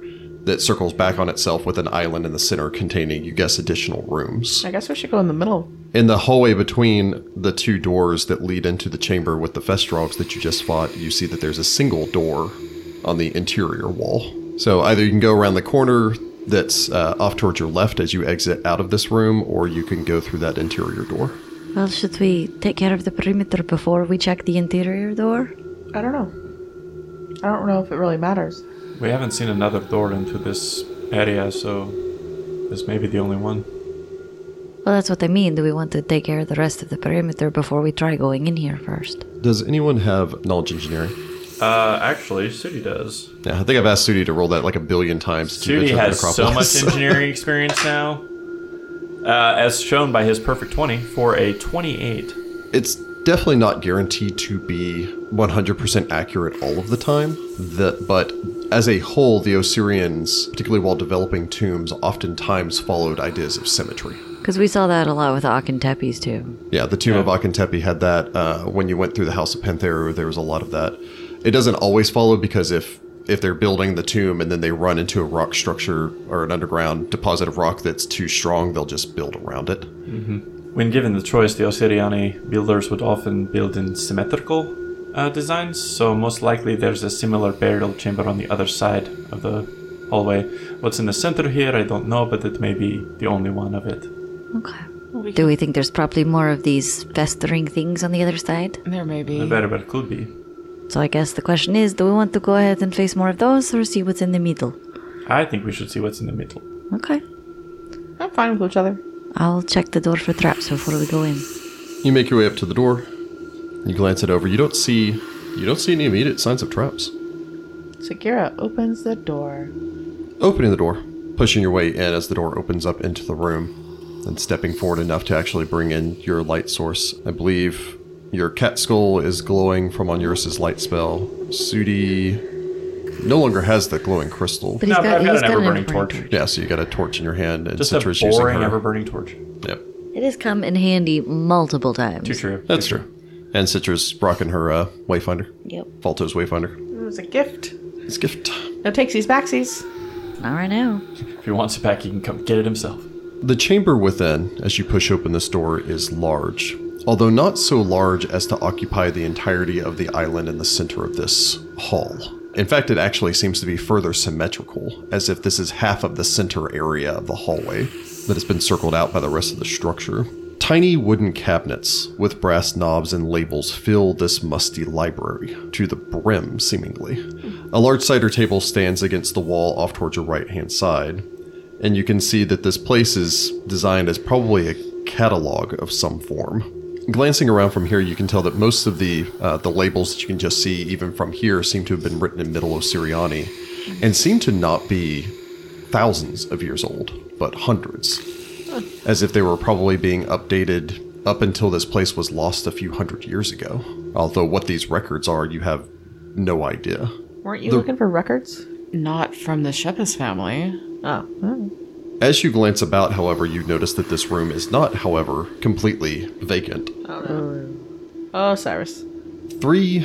that circles back on itself with an island in the center containing, you guess, additional rooms. I guess we should go in the middle. In the hallway between the two doors that lead into the chamber with the Festrogs that you just fought, you see that there's a single door on the interior wall. So either you can go around the corner that's uh, off towards your left as you exit out of this room, or you can go through that interior door. Well, should we take care of the perimeter before we check the interior door? I don't know. I don't know if it really matters. We haven't seen another door into this area, so this may be the only one. Well, that's what I mean. Do we want to take care of the rest of the perimeter before we try going in here first? Does anyone have knowledge engineering? Uh, actually, Sudi does. Yeah, I think I've asked Sudi to roll that like a billion times. to Sudi enter the has so *laughs* much necropolis. engineering experience now, uh, as shown by his perfect 20 for a 28. it's definitely not guaranteed to be 100% accurate all of the time that but as a whole the osirians particularly while developing tombs oftentimes followed ideas of symmetry Because we saw that a lot with Akin Tepes, too. yeah the tomb of Yeah. akentepi had that uh, when you went through the house of pantheru there was a lot of that it doesn't always follow because if if they're building the tomb and then they run into a rock structure or an underground deposit of rock that's too strong they'll just build around it When given the choice, the Osiriani builders would often build in symmetrical uh, designs, so most likely there's a similar burial chamber on the other side of the hallway. What's in the center here, I don't know, but it may be the only one of it. Okay. Do we think there's probably more of these festering things on the other side? There may be. It very well could be. So I guess the question is do we want to go ahead and face more of those or see what's in the middle? I think we should see what's in the middle. Okay. I'm fine with each other. I'll check the door for traps before we go in. You make your way up to the door. You glance it over. You don't see you don't see any immediate signs of traps. Sagira opens the door. Opening the door, pushing your way in as the door opens up into the room, and stepping forward enough to actually bring in your light source. I believe your cat skull is glowing from Onuris's light spell. Sudi no longer has the glowing crystal. But No, but I've got he's an ever-burning evergreen torch. Yeah, so you got a torch in your hand, and Just Citra's a using boring, her. ever-burning torch. yep. It has come in handy multiple times. Too true. That's true. And Citra's rocking her uh, wayfinder, Yep. Falto's wayfinder. It was a gift. It's a gift. No takesies, backsies. Not right now. If he wants it back, he can come get it himself. The chamber within, as you push open this door, is large, although not so large as to occupy the entirety of the island in the center of this hall. In fact, it actually seems to be further symmetrical, as if this is half of the center area of the hallway that has been circled out by the rest of the structure. Tiny wooden cabinets with brass knobs and labels fill this musty library to the brim, seemingly. A large cider table stands against the wall off towards your right hand side, and you can see that this place is designed as probably a catalog of some form. Glancing around from here, you can tell that most of the uh, the labels that you can just see, even from here, seem to have been written in Middle Osiriani, and seem to not be thousands of years old, but hundreds. as if they were probably being updated up until this place was lost a few hundred years ago. Although what these records are, you have no idea. Weren't you looking for records? Not from the Shepis family. Oh. oh. As you glance about, however, you notice that this room is not, however, completely vacant. Oh, Cyrus. Three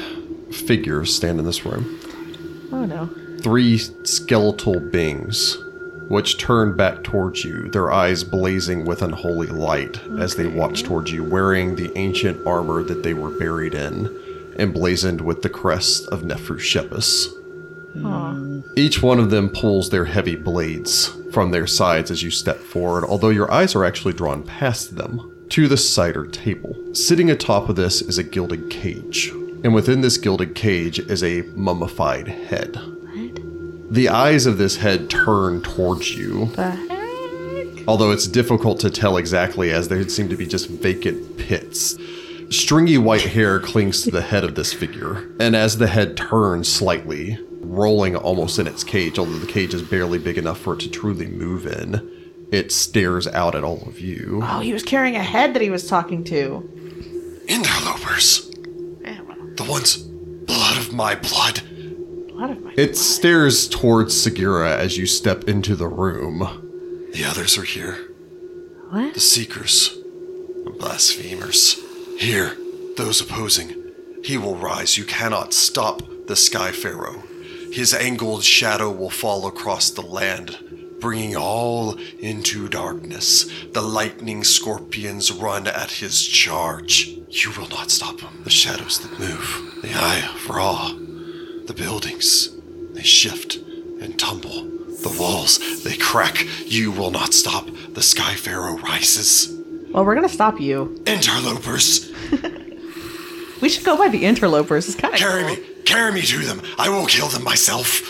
figures stand in this room. Oh, no. three skeletal beings, which turn back towards you, their eyes blazing with unholy light as they watch towards you, wearing the ancient armor that they were buried in, emblazoned with the crest of Nefru Shepis. Each one of them pulls their heavy blades from their sides as you step forward, although your eyes are actually drawn past them to the cider table. Sitting atop of this is a gilded cage, and within this gilded cage is a mummified head. The eyes of this head turn towards you, although it's difficult to tell exactly as they seem to be just vacant pits. Stringy white hair clings to the head of this figure, and as the head turns slightly, rolling almost in its cage, although the cage is barely big enough for it to truly move in, it stares out at all of you. Oh, he was carrying a head that he was talking to. Interlopers! The one's blood of my blood! A lot of my. It stares towards Segura as you step into the room. The others are here. What? seekers, blasphemers. Here, those opposing. He will rise. You cannot stop the Sky Pharaoh. His angled shadow will fall across the land, bringing all into darkness. The lightning scorpions run at his charge. You will not stop him. The shadows that move, the eye of Ra, the buildings, they shift and tumble. The walls, they crack. You will not stop. The Sky Pharaoh rises. Well, we're gonna stop you. Interlopers! We should go by the interlopers. It's kind of Carry me, carry me to them. I will kill them myself.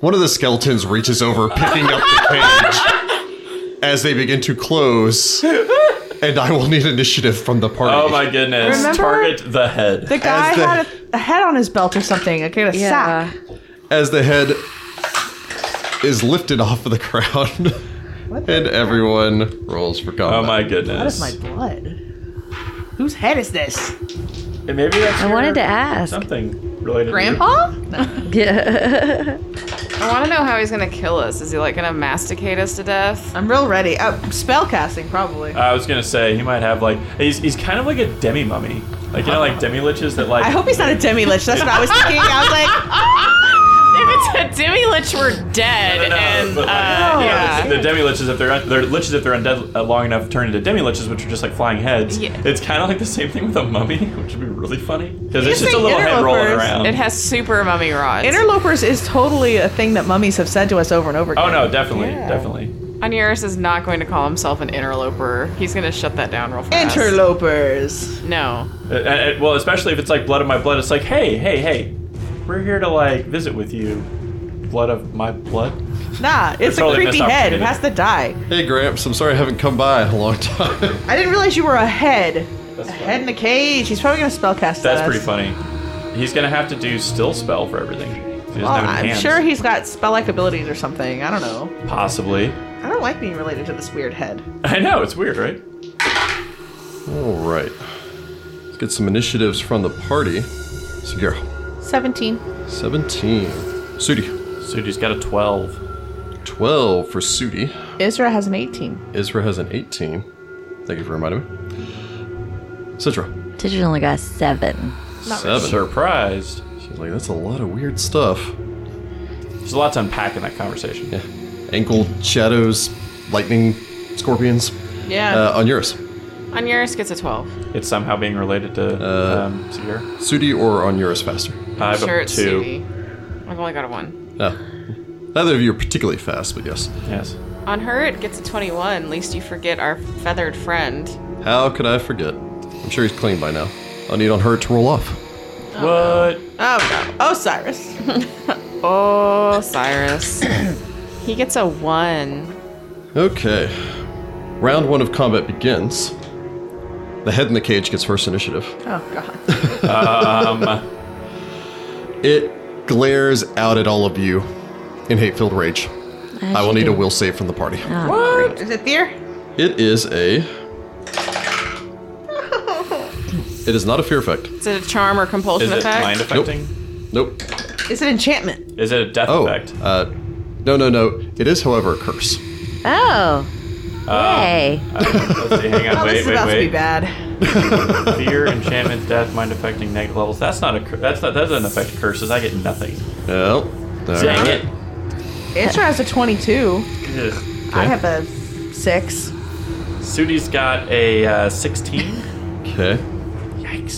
One of the skeletons reaches over, picking up the cage as they begin to close. And I will need initiative from the party. Oh my goodness. Remember- Target the head. The guy the- had a, a head on his belt or something. Okay, a Yeah. sack. As the head is lifted off of the *laughs* ground, What the- and everyone rolls for combat. Oh my What is goodness. my blood? Whose head is this? Hey, maybe that's I your- wanted to ask. something related. to Grandpa? Yeah. *laughs* I want to know how he's gonna kill us. Is he like gonna masticate us to death? *laughs* I'm real ready. Uh, spell casting, probably. you. I was gonna say he might have like he's, he's kind of like a demi mummy, like you know like demi liches that like I hope he's not a demi lich. That's what I was thinking. I *laughs* was like, if it's a demi lich, we're dead. No, and but, like, uh, you know, yeah. the, the demi liches if they're un- they're liches if they're undead uh, long enough turn into demi liches which are just like flying heads. Yeah. It's kind of like the same thing with a mummy, *laughs* which would be really funny because it's just just a say little head rolling interlopers. around. It has super mummy rods. interlopers is totally a thing that mummies have said to us over and over again. oh no, definitely, definitely. Onuris is not going to call himself an interloper. He's gonna shut that down real fast. Interlopers. No. Uh, uh, uh, well, especially if it's like blood of my blood. It's like hey, hey, hey, we're here to like visit with you. Blood of my blood. Nah, it's a Totally creepy missed head. It opportunity. has to die. Hey, Gramps, I'm sorry I haven't come by in a long time. I didn't realize you were a head. That's a fine. head in a cage. He's probably gonna spell cast. That's at pretty us. funny. He's gonna have to do still spell for everything. He doesn't Well, have any I'm hands. sure he's got spell-like abilities or something. I don't know. possibly. I don't like being related to this weird head. I know it's weird, right? All right. Let's get some initiatives from the party. Segura, Seventeen. 17. Sudi, Sudi's got a twelve. 12 for Sudi. Isra has an eighteen. Isra has an 18. Thank you for reminding me. Citra, Digital only got seven. 7. Surprised. She's like, that's a lot of weird stuff. There's a lot to unpack in that conversation. Yeah. Ankle shadows, lightning, scorpions. Yeah. Uh, on yours. Onuris gets a 12. It's somehow being related to Uh, um, Sahir. Sudi or on yours faster? I I'm have sure a it's two. Sudi. I've only got a one. No. Ah. Neither of you are particularly fast, but yes. Yes. On her, it gets a 21. Least you forget our feathered friend. How could I forget? I'm sure he's clean by now. I'll need on her to roll off. What? Oh no. Osiris. Oh, *coughs* Cyrus. he gets a one. Okay. Round one of combat begins. The head in the cage gets first initiative. Oh god. *laughs* Um, It glares out at all of you Ah. in hate filled rage. I will need a will save from the party. Is it fear? It is a. It is not a fear effect. Is it a charm or compulsion Is it effect? mind affecting? Nope. It's an enchantment. Is it a death Oh. *laughs* effect? Uh, no, no, no. It is, however, a curse. Oh. Hey. Uh, let's see, hang on, Oh, this wait, is about to be wait, wait. bad. Fear, enchantment, death, mind affecting, negative levels. That's not a. Cur- that's not. That doesn't affect curses. I get nothing. Well, all Dang right. it. Isra has a 22. Ugh. I have a 6. Sudi's got a uh, 16. Okay. *laughs* Yikes.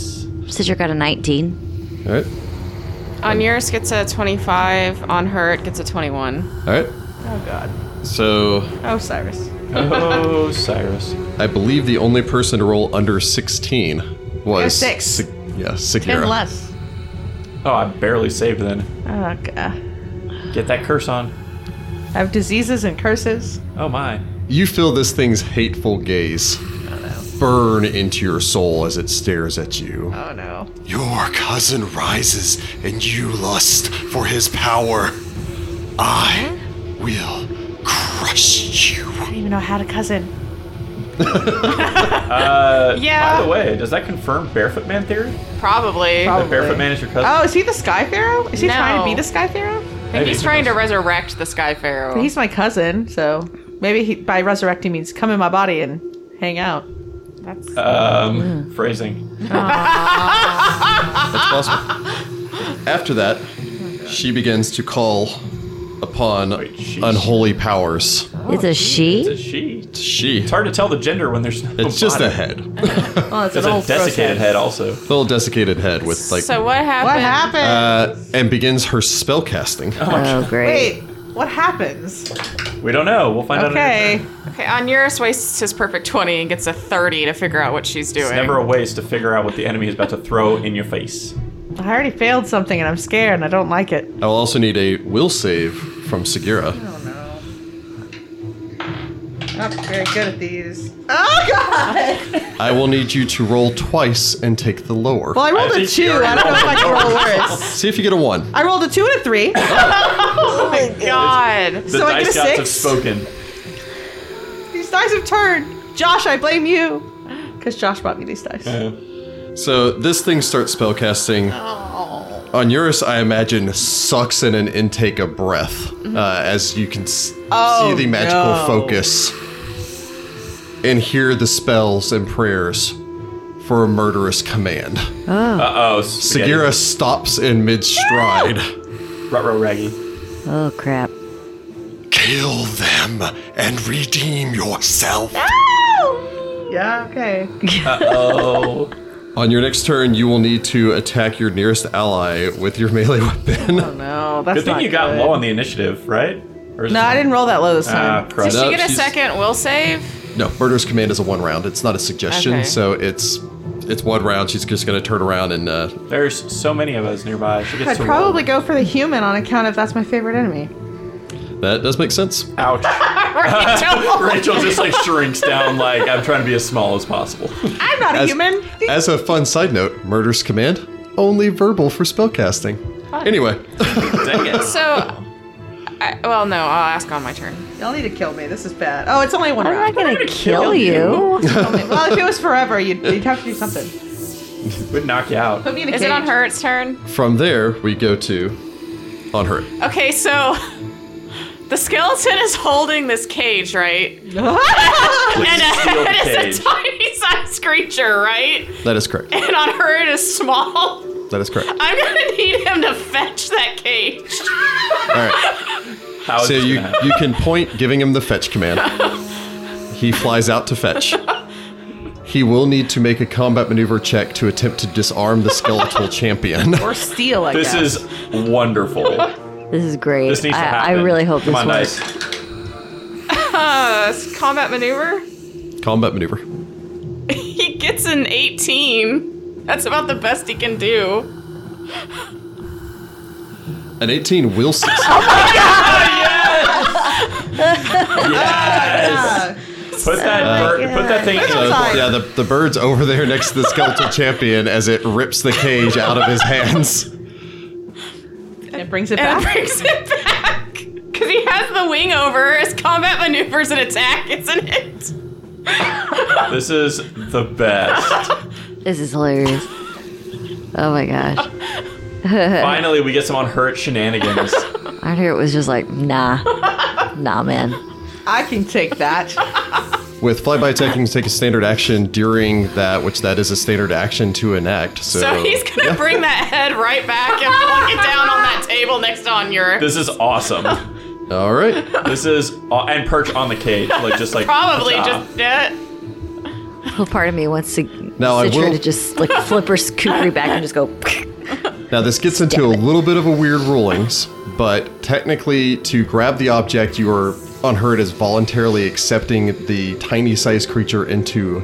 Sidra got a 19. All right. On yours gets a 25. On her it gets a 21. All Uh, right. Oh, God. So Oh, Cyrus. Oh, Cyrus. I believe the only person to roll under 16 was Yeah, six. Sig- yeah, 10 Segura. less. Oh, I barely saved then. Oh, God. Get that curse on. I have diseases and curses. Oh my. You feel this thing's hateful gaze burn into your soul as it stares at you. Oh, no. Your cousin rises, and you lust for his power. I will crush you. I don't even know how to cousin. Uh, Yeah. By the way, does that confirm Barefoot Man theory? Probably. That Barefoot Man is your cousin? Oh, is he the Sky Pharaoh? Is he No. trying to be the Sky Pharaoh? I think Maybe he's he trying to knows. resurrect the Sky Pharaoh. He's my cousin, so maybe he, by resurrecting means come in my body and hang out. That's Um, phrasing. That's possible. After that, she begins to call upon Wait, sheesh. unholy powers. it's a Oh, It's a she? she. It's She. hard to tell the gender when there's no It's just a body. head. Oh, it's, It's an a old gross desiccated head also. little desiccated head with like so what happened? What happened? uh, and begins her spell casting. Oh, great. Wait, what happens? We don't know. We'll find out. in a Okay. turn. Okay, on yours wastes his perfect 20 and gets a 30 to figure out what she's doing. It's never a waste to figure out what the enemy is about to throw in your face. I already failed something and I'm scared and I don't like it. I'll also need a will save from Segura. Oh no. Not very good at these. Oh god! I will need you to roll twice and take the lower. Well, I rolled I a think she two. I already don't know if I can roll *laughs* worse. See if you get a one. I rolled a two and a three. *gasps* God. The So I dice get a gods have six? spoken. these dice have turned. Josh, I blame you. Because Josh bought me these dice. So this thing starts spellcasting. Oh. On Eurus, I imagine, sucks in an intake of breath uh, as you can s- Mm-hmm. Oh, see the magical no. focus and hear the spells and prayers for a murderous command. Uh oh. Sagira stops in mid stride. Rutro Raggy. Oh, crap. Kill them and redeem yourself. Yeah, okay. *laughs* Oh. On your next turn, you will need to attack your nearest ally with your melee *laughs* weapon. Oh no, that's Good thing not you got good. low on the initiative, right? Or is No, it- I didn't roll that low this time. Ah, crud. Did No, she get a she's- second will save? *laughs* No, murderous command is a one round. It's not a suggestion, Okay. so it's it's one round. She's just gonna turn around and uh, There's so many of us nearby. She gets I'd to probably roll. go for the human on account of that's my favorite enemy. that does make sense. Ouch. Rachel. Rachel just like shrinks down, like I'm trying to be as small as possible. I'm not a As- human. As a fun side note, murderous command only verbal for spellcasting. Anyway, Dang it. so, I, well, no, I'll ask on my turn. Y'all need to kill me. This is bad. Oh, it's only one I'm round. not going to kill you. well, if it was forever, you'd, you'd have to *laughs* do *laughs* something. Would knock you out. Put me in a Is cage. it on Hurt's turn? from there we go to on her. Okay, so the skeleton is holding this cage, right? *laughs* and steal the it cage. is a tiny sized creature, right? That is correct. And on her it is small. That is correct. I'm gonna need him to fetch that cage. All right. How is So this you gonna happen? you can point, giving him the fetch command. He flies out to fetch. He will need to make a combat maneuver check to attempt to disarm the skeletal champion. Or steal, I This guess. is wonderful. This is great. This needs I, to I happen. really hope Come this on, works. dice. Uh, combat maneuver. Combat maneuver. *laughs* He gets an 18. That's about the best he can do. An 18 will succeed. Yeah. Put that bird, put that thing. *laughs* So, In. Sorry. Uh, yeah, the, the bird's over there next to the skeletal *laughs* champion as it rips the cage out of his hands. It brings it And back. brings *laughs* it back. Because he has the wing over. His combat maneuvers an attack, isn't it? This is the *laughs* best. This is hilarious. Oh my gosh. Finally, we get some unhurt shenanigans. I hear it was just like, nah. Nah, man. *laughs* I can take that. With flyby attack, you can take a standard action during that, which that is a standard action to enact. So, So he's gonna bring that head right back and plunk it down on that table next to Onur. This is awesome. *laughs* all right. This is aw- and perch on the cage, like just like *laughs* Probably huzzah. just yeah. Well, part of me wants to Now I sit here will- to just like flip her scoopery back and just go. *laughs* Now this gets into a little bit of a weird rulings, but technically, to grab the object, you are unheard as voluntarily accepting the tiny-sized creature into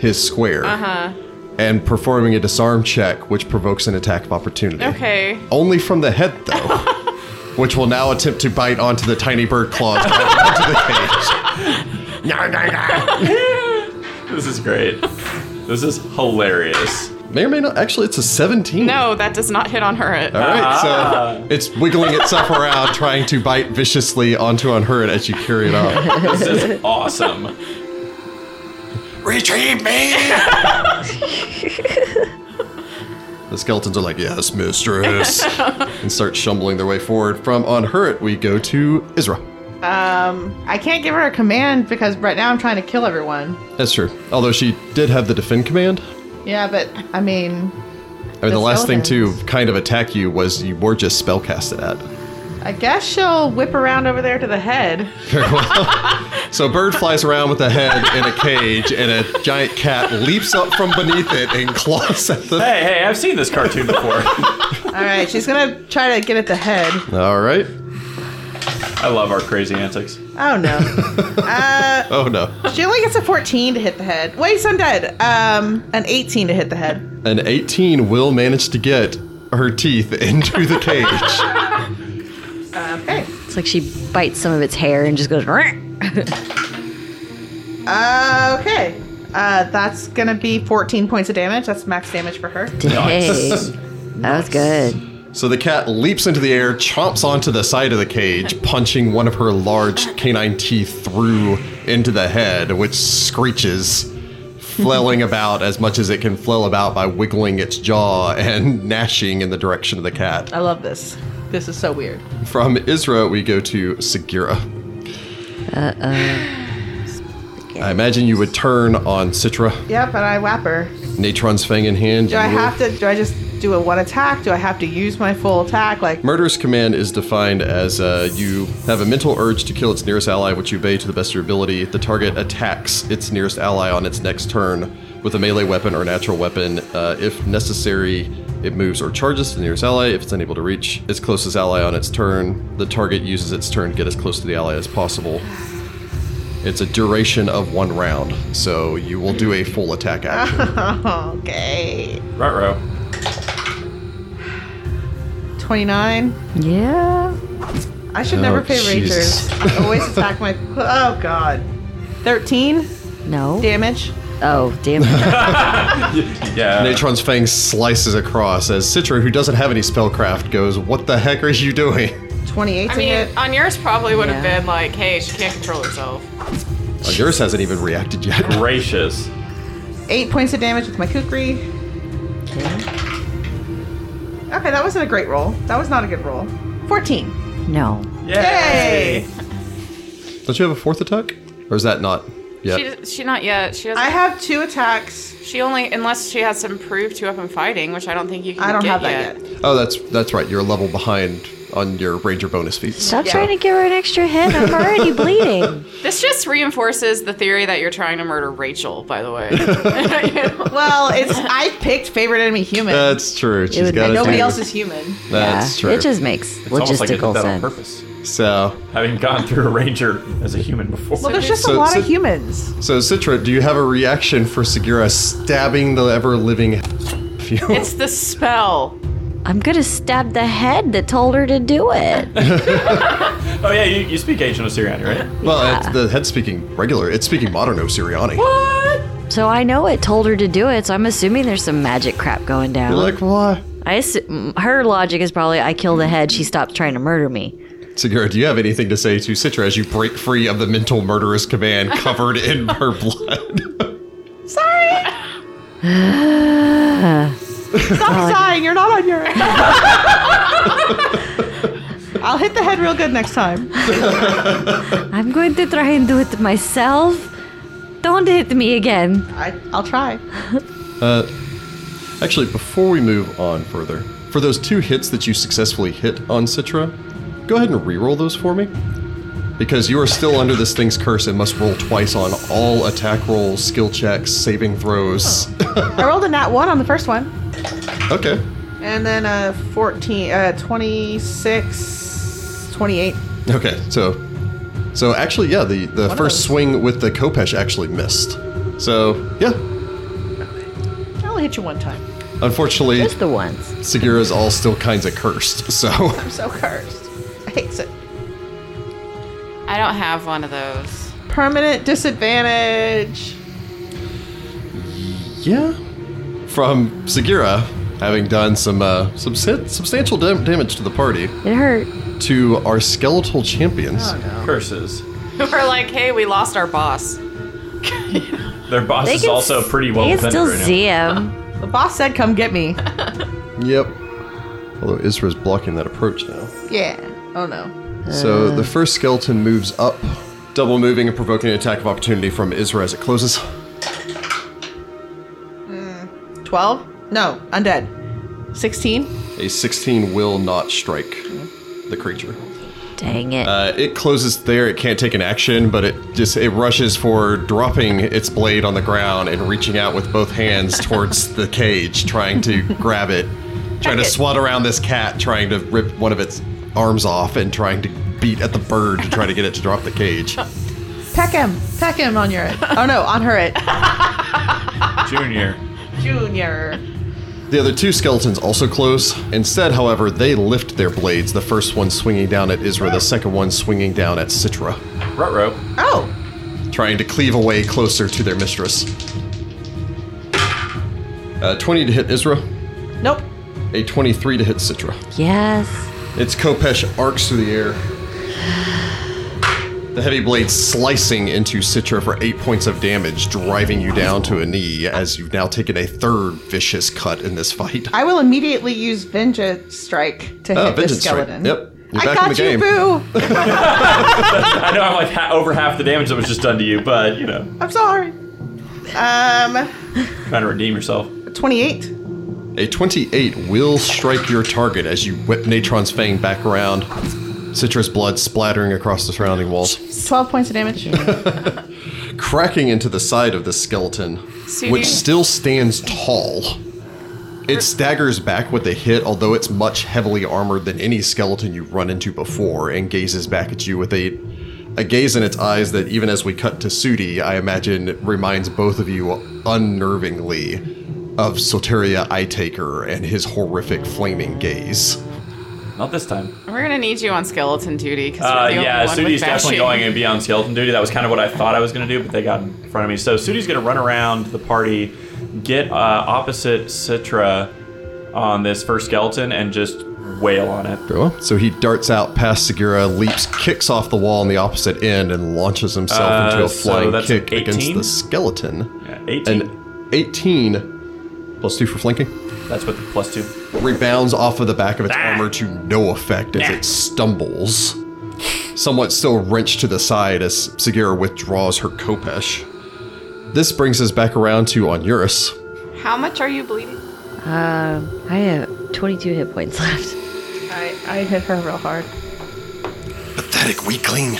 his square Uh-huh. and performing a disarm check, which provokes an attack of opportunity. Okay. Only from the head, though, which will now attempt to bite onto the tiny bird claws back into the cage. Nah, nah, nah. This is great. This is hilarious. May or may not. Actually, it's a 17. No, that does not hit on her. All right, so it's wiggling itself around, trying to bite viciously onto Unhurt as you carry it off. This *laughs* is awesome. Retrieve me! *laughs* The skeletons are like, "Yes, mistress," and start shumbling their way forward. From Unhurt, we go to Isra. Um, I can't give her a command because right now I'm trying to kill everyone. That's true. Although she did have the defend command. Yeah, but I mean, I mean, the The last thing to skeletons. kind of attack you was you were just spellcasted at. I guess she'll whip around over there to the head. Very well. so a bird flies around with a head in a cage, and a giant cat leaps up from beneath it and claws at the. Hey, hey, I've seen this cartoon before. *laughs* All right, she's gonna try to get at the head. All right. I love our crazy antics. Oh no. Uh, Oh no. she only gets a 14 to hit the head. Wait, it's undead. Um, an 18 to hit the head. An 18 will manage to get her teeth into the cage. Okay. It's like she bites some of its hair and just goes. Uh, okay. Uh, that's gonna be 14 points of damage. That's max damage for her. Hey, that was good. *laughs* so the cat leaps into the air, chomps onto the side of the cage, punching one of her large canine teeth through into the head, which screeches, flailing about as much as it can flail about by wiggling its jaw and *laughs* gnashing in the direction of the cat. I love this. This is so weird. From Isra, we go to Segura. Uh-oh. I imagine you would turn on Citra. Yep, and I whap her. Natron's fang in hand. Do I have to? Do I just do a one attack? Do I have to use my full attack? Like, Murderous command is defined as uh, you have a mental urge to kill its nearest ally, which you obey to the best of your ability. The target attacks its nearest ally on its next turn with a melee weapon or natural weapon. Uh, if necessary, it moves or charges to the nearest ally. If it's unable to reach its closest ally on its turn, the target uses its turn to get as close to the ally as possible. It's a duration of one round, so you will do a full attack action. *laughs* okay, Ruh-roh. 29. Yeah. I should Oh, never pay Jesus. rangers. I always attack my. Oh god. 13 No. damage. Oh, *laughs* damn it. Yeah. Natron's fang slices across as Citra, who doesn't have any spellcraft, goes, What the heck are you doing? 28 I to mean, uh, hit. on yours probably would have Yeah. been like, hey, she can't control herself. Oh, yours hasn't even reacted yet. *laughs* gracious. 8 points of damage with my kukri. Okay, that wasn't a great roll. That was not a good roll. 14. No. Yay! Don't you have a fourth attack? Or is that not yet? She she not yet. She doesn't. I have two attacks. she only unless she has some proof to up in fighting, which I don't think you can. I don't get have that yet. Oh, that's that's right. You're a level behind on your ranger bonus feats. Stop So- trying to give her an extra hit. I'm *laughs* already bleeding. This just reinforces the theory that you're trying to murder Rachel. By *laughs* the way, You know? Well, it's I picked favorite enemy human. That's true. She's would got make- to Nobody do. else is human. That's yeah. true. It just makes It's almost like they logistical did that on sense. purpose. so, Having gone through a ranger as a human before. Well, there's just So- a lot so- of humans. so Citra, do you have a reaction for Segura stabbing the ever *laughs* living? it's the spell. I'm gonna stab the head that told her to do it. *laughs* oh yeah, you, you speak ancient Assyrian, right? Well, it's, the head's speaking regular. It's speaking modern Osiriani. So I know it told her to do it, so I'm assuming there's some magic crap going down. You're like, why? I assu- her logic is probably I kill the head, she stopped trying to murder me. Segura, do you have anything to say to Citra as you break free of the mental murderous command covered in her blood? Stop sighing. You're not on your own. I'll hit the head real good next time. I'm going to try and do it myself. Don't hit me again. I, I'll try. Actually, before we move on further, for those two hits that you successfully hit on Citra, go ahead and reroll those for me. Because you are still under this thing's curse and must roll twice on all attack rolls, skill checks, saving throws. I rolled a nat 1 on the first one. *laughs* okay. And then a 14, uh, 26, 28. Okay. So so actually yeah, the, the of first those. swing with the Kopesh actually missed. So yeah. I only hit you one time. Unfortunately, Just the ones. Segura's all still kinda cursed, so I'm so cursed. I hate it. I don't have one of those. *laughs* Permanent disadvantage. Yeah. From Segura, having done some uh, subs- substantial dam- damage to the party, It hurt. to our skeletal champions. Oh, Curses. We're like, hey, we lost our boss. Their boss They is can also s- pretty well They can offended still right now. see him. The boss said, come get me. Yep. Although Isra's blocking that approach now. yeah. Oh no. So the first skeleton moves up, double moving and provoking an attack of opportunity from Isra as it closes. 12? No, undead. 16? A 16 will not strike the creature. Dang it. Uh, it closes there. It can't take an action, but it just it rushes for dropping its blade on the ground and reaching out with both hands towards the cage, trying to grab it, trying to swat around this cat, trying to rip one of its arms off, and trying to beat at the bird to try to get it to drop the cage. Peck him. Peck him on your it. Oh no, on her it. Junior. Junior. The other two skeletons also close. Instead, however, they lift their blades. The first one swinging down at Isra, the second one swinging down at Citra, Rutro. Oh, trying to cleave away closer to their mistress. Uh, 20 to hit Isra. nope. A 23 to hit Citra. yes. Its Kopesh arcs through the air. The heavy blade slicing into Citra for eight points of damage, driving you down to a knee as you've now taken a third vicious cut in this fight. I will immediately use Vengeance Strike to Ah, hit this vengeance strike. skeleton. Yep. You're I back in got the you, game. boo. I know I'm like ha- over half the damage that was just done to you, but you know, I'm sorry. Um, trying to redeem yourself. 28. A 28 will strike your target as you whip Natron's fang back around, Citra's blood splattering across the surrounding walls, 12 points of damage. cracking into the side of the skeleton, So which you- still stands tall. It staggers back with a hit, although it's much heavily armored than any skeleton you've run into before, and gazes back at you with a a gaze in its eyes that, even as we cut to Sudi, I imagine reminds both of you unnervingly of Soteria Eye Taker and his horrific flaming gaze. Not this time. We're gonna need you on skeleton duty because Uh, you're the yeah, only one with Sudi's definitely bashing. going and be on skeleton duty. That was kind of what I thought I was going to do, but they got in front of me. So Sudi's going to run around the party, get uh, opposite Citra on this first skeleton, and just wail on it. Very well. So he darts out past Segura, leaps, kicks off the wall on the opposite end, and launches himself Uh, into a so flying that's an kick against 18? the skeleton. Yeah, 18. An 18 plus 2 for flanking That's what the plus two. rebounds off of the back of its Ah. armor to no effect as it stumbles, somewhat still wrenched to the side as Segura withdraws her Kopesh. This brings us back around to Onuris. How much are you bleeding? Um, I have 22 hit points *laughs* left. I, I hit her real hard. Pathetic weakling.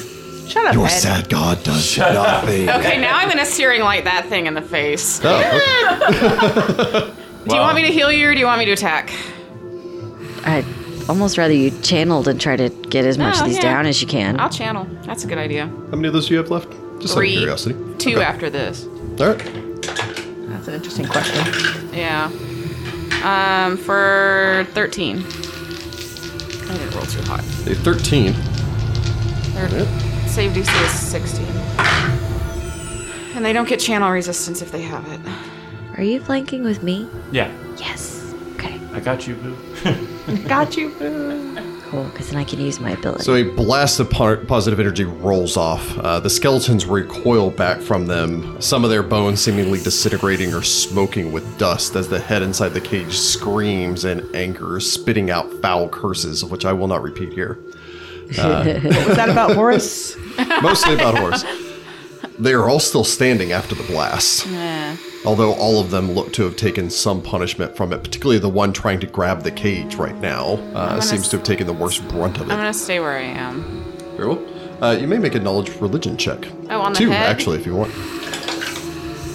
Shut up, Your Ed. sad god does nothing. Okay, now I'm gonna searing light that thing in the face. Do Oh, okay. Oh. you want me to heal you or do you want me to attack? I'd almost rather you channeled and try to get as much Oh, of these yeah. down as you can. I'll channel. That's a good idea. How many of those do you have left? Just Three. out of curiosity. Two Okay. after this. All right. That's an interesting question. Yeah. Um, for 13. I didn't roll too hot. A 13. Their save DC is 16. And they don't get channel resistance if they have it. Are you flanking with me? Yeah, Yes. Okay. I got you, boo. *laughs* Got you, boo. Cool, because then I can use my ability. So a blast of po- positive energy rolls off. Uh, the skeletons recoil back from them, some of their bones seemingly disintegrating or smoking with dust as the head inside the cage screams in anger, spitting out foul curses, which I will not repeat here. Was that about Boris? Mostly about horse. They are all still standing after the blast, Eh, although all of them look to have taken some punishment from it, particularly the one trying to grab the cage right now uh, seems to have taken the worst brunt of it. I'm gonna stay where I am. Very well. Uh, you may make a knowledge religion check. Oh, on the Two, head? actually, if you want.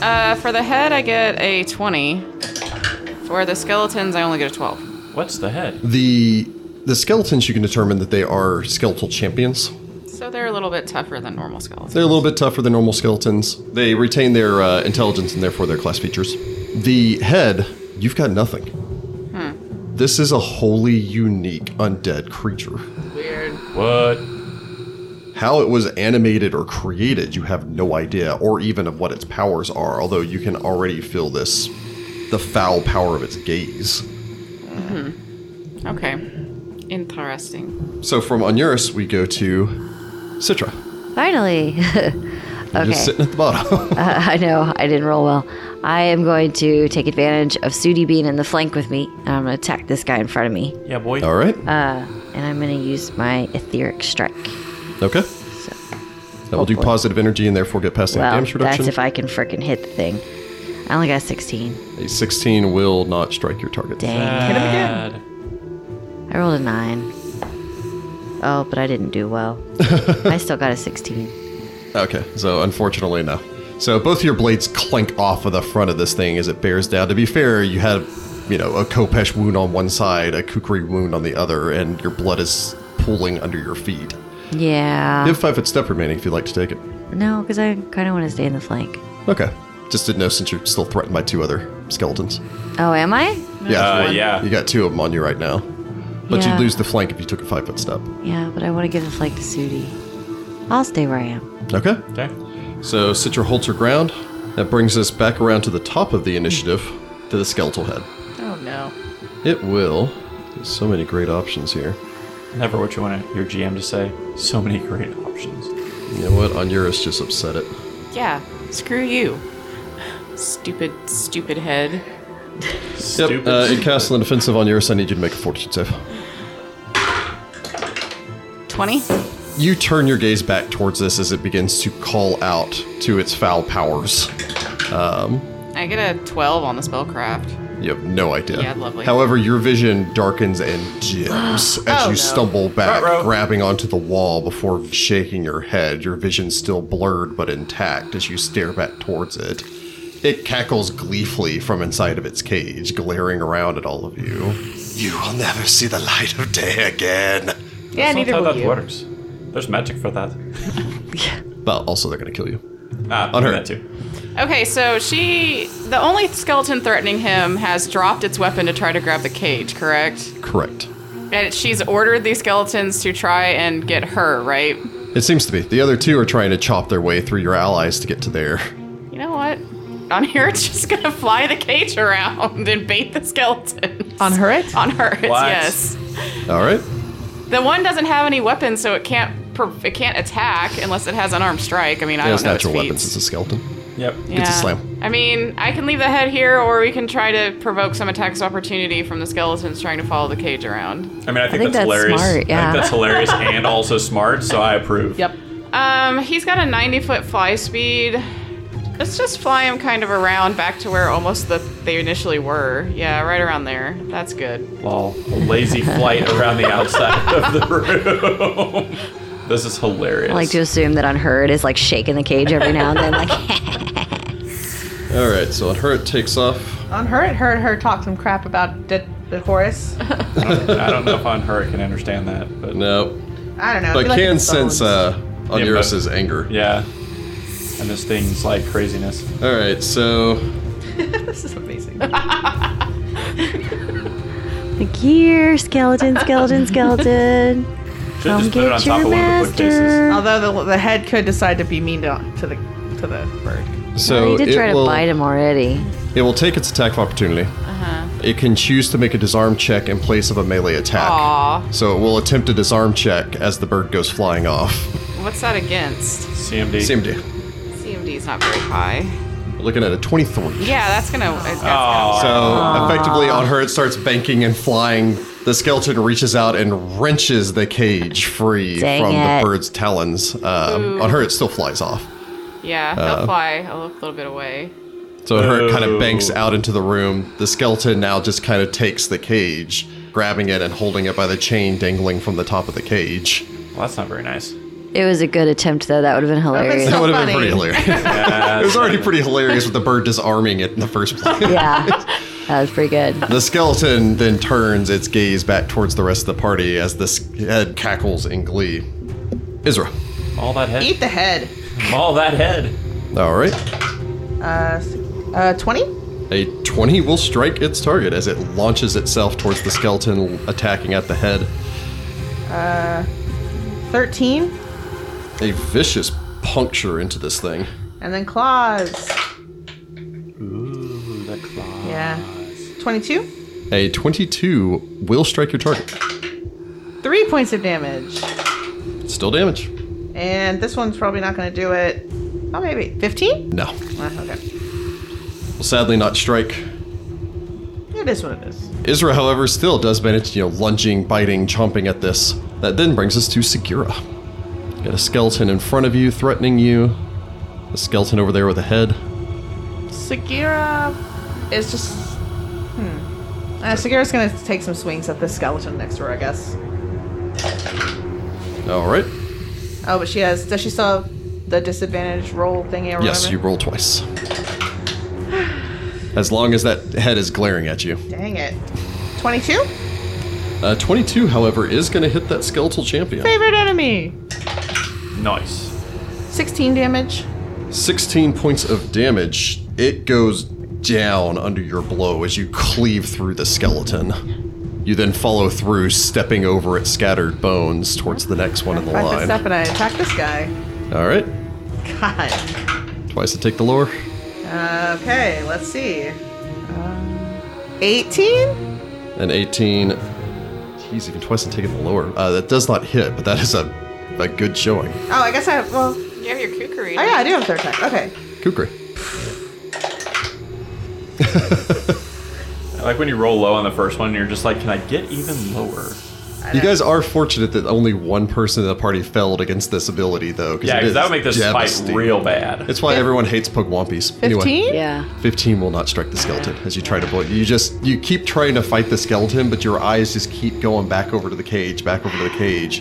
Uh, for the head, I get a 20. For the skeletons, I only get a 12. What's the head? The the skeletons you can determine that they are skeletal champions. So they're a little bit tougher than normal skeletons. They're a little bit tougher than normal skeletons. They retain their uh, intelligence and therefore their class features. The head, you've got nothing. Hmm. This is a wholly unique undead creature. Weird. What? How it was animated or created, you have no idea, or even of what its powers are, although you can already feel this the foul power of its gaze. Okay. Interesting. So from Onuris, we go to Citra. Finally. *laughs* You're Just okay. sitting at the *laughs* bottom. *laughs* I know, I didn't roll well. I am going to take advantage of Sudi being in the flank with me, and I'm going to attack this guy in front of me. Yeah, boy. All right. Uh, And I'm going to use my etheric strike. Okay. So, That will do Hopefully. positive energy and therefore get past well, any damage reduction. that's if I can frickin' hit the thing. I only got 16. a 16 will not strike your target. Dang. Bad. I rolled a 9. Oh, but I didn't do *laughs* well. I still got a 16. Okay, so unfortunately, no. So both your blades clank off of the front of this thing as it bears down. To be fair, you had, you know, a Kopesh wound on one side, a Kukri wound on the other, and your blood is pooling under your feet. Yeah. You have five foot step remaining if you'd like to take it. No, because I kind of want to stay in the flank. Okay. Just didn't know since you're still threatened by two other skeletons. Oh, am I? Yeah. Uh, yeah. You got two of them on you right now. But Yeah. you'd lose the flank if you took a five foot step. Yeah, but I want to give the flank to Sudi. I'll stay where I am. Okay. Okay. So Citra holds her ground. That brings us back around to the top of the initiative, to the skeletal head. Oh no. It will. There's so many great options here. Never what you want your GM to say. So many great options. You know what? Onuris just upset it. Yeah. Screw you. Stupid, stupid head. Yep. Uh, it casts an offensive on Onuris. I need you to make a fortitude save. 20? You turn your gaze back towards this as it begins to call out to its foul powers. I get a 12 on the spellcraft. You have no idea. Yeah, lovely. Oh, However, your vision darkens and *gasps* dims as you stumble back, Ruh-roh. grabbing onto the wall before shaking your head. Your vision still blurred but intact as you stare back towards it. It cackles gleefully from inside of its cage, glaring around at all of you. You will never see the light of day again. Yeah, That's neither not how will that you. works. There's magic for that. But also, they're going to kill you. Ah, On her. that too. Okay, so she. The only skeleton threatening him has dropped its weapon to try to grab the cage, correct? Correct. And she's ordered these skeletons to try and get her, right? It seems to be. The other two are trying to chop their way through your allies to get to there. *laughs* You know what? *laughs* On here, it's just gonna fly the cage around and bait the skeleton. On her it? *laughs* On her, it's What? yes. All right. The one doesn't have any weapons, so it can't per- it can't attack unless it has unarmed strike. I mean, I It has don't know natural its weapons. It's feats. a skeleton. Yep. it's a Yeah. slam. I mean, I can leave the head here, or we can try to provoke some attacks of opportunity from the skeletons trying to follow the cage around. I mean, I think, think that's, that's hilarious. smart, I yeah. think that's hilarious *laughs* and also smart, so I approve. Um, he's got a 90 foot fly speed. Let's just fly him kind of around back to where almost the, they initially were. Yeah, right around there. That's good. Lol. A lazy flight around the outside of the *laughs* room. this is hilarious. I like to assume that Unheard is like shaking the cage every now and then, like, *laughs* All right. So on her, it takes off. On her it heard her talk some crap about the the Horus. I don't know if on her I can understand that, but No. I don't know. But I feel like can it's sense bones. uh, Yeah, Onuris's anger. yeah. And this thing's like craziness. All right, so this is amazing. like here, skeleton, skeleton, skeleton. Should Come just put it on top get your of one of the bookcases. master. Although the, the head could decide to be mean to, to the to the bird. so Oh, he did it try to will bite him Uh-huh. already. it will take its attack of opportunity. It can choose to make a disarm check in place of a melee attack. Aw. So it will attempt a disarm check as the bird goes flying off. What's that against? CMD. CMD. CMD's not very high. Looking at a 23. Yeah, that's gonna. It's, that's gonna Oh, So effectively on her, it starts banking and flying. The skeleton reaches out and wrenches the cage free Dang from it. the bird's talons. Um, on her, it still flies off. yeah, he'll fly a little, little bit away. So her kind of banks Oh. out into the room. The skeleton now just kind of takes the cage, grabbing it and holding it by the chain dangling from the top of the cage. well, that's not very nice. It was a good attempt, though. That would have been hilarious. That so- would have been funny. pretty hilarious. *laughs* *laughs* it Yeah, was already pretty hilarious with the bird disarming it in the first place. *laughs* *laughs* yeah, that was pretty good. The skeleton then turns its gaze back towards the rest of the party as the s- head cackles in glee. Isra. all that head. Eat the head. All that head. All right. Uh, s- uh, 20? A 20 will strike its target as it launches itself towards the skeleton, attacking at the head. 13? A vicious puncture into this thing. And then claws. Ooh, the claw. Yeah. 22? A 22 will strike your target. Three points of damage. Still damage. And this one's probably not going to do it. Oh, maybe. 15? No. Ah, okay. Will sadly not strike. It is what it is. Isra, however, still does manage, you know, lunging, biting, chomping at this. That then brings us to Segura. Got a skeleton in front of you threatening you. The skeleton over there with a head. Sagira is just. Hmm. Uh, Sagira's going to take some swings at the skeleton next to her, I guess. All right. Oh, but she has. Does she still have the disadvantage roll thingy or Yes, you whatever? roll twice. As long as that head is glaring at you. Dang it. 22? Uh, 22, however, is going to hit that skeletal champion. Favorite enemy. Nice. 16 damage. 16 points of damage. It goes down under your blow as you cleave through the skeleton. You then follow through, stepping over its scattered bones towards the next one in the I back this up line. and I attack this guy. All right. God. Twice to take the lower. Okay, let's see. Um, 18? And 18. Jeez, even twice to take the lower. Uh, that does not hit, but that is a, a good showing. Oh, I guess I have. Well, oh You have your kukri. yeah, I do have third attack. Okay. Kukri. I like when you roll low on the first one, and you're just like, can I get even lower? You guys are fortunate that only one person in the party failed against this ability, though. Yeah, it because that is would make this devastating. fight real bad. It's why everyone hates Pugwampies. 15? Anyway. Yeah. 15 will not strike the skeleton as you try to blow you just you keep trying to fight the skeleton but your eyes just keep going back over to the cage back over to the cage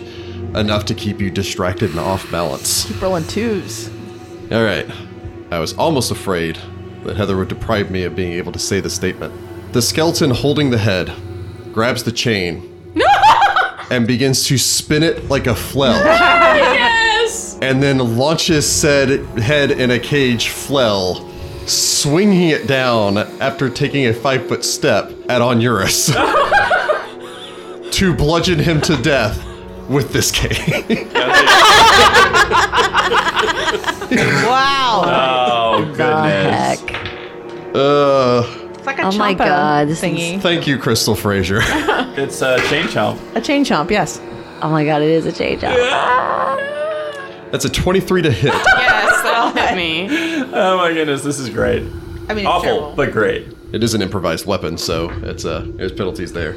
enough to keep you distracted and off balance Rolling twos. all right i was almost afraid that heather would deprive me of being able to say the statement the skeleton holding the head grabs the chain and begins to spin it like a flail Yes. and then launches said head in a cage flell, swinging it down after taking a five foot step at Onuris to bludgeon him to death with this cage. Wow. Oh The *laughs* goodness. heck. *laughs* uh, it's like a Oh my chompa God, this thingy. thank you, Crystal Fraser. It's uh, chain chomp. *laughs* A chain chomp, yes. Oh my god, it is a change up. That's a 23 to hit. Yes, that'll *laughs* hit me. Oh my goodness, this is great. I mean, it's Awful, terrible. but great. It is an improvised weapon, so it's uh, there's penalties there.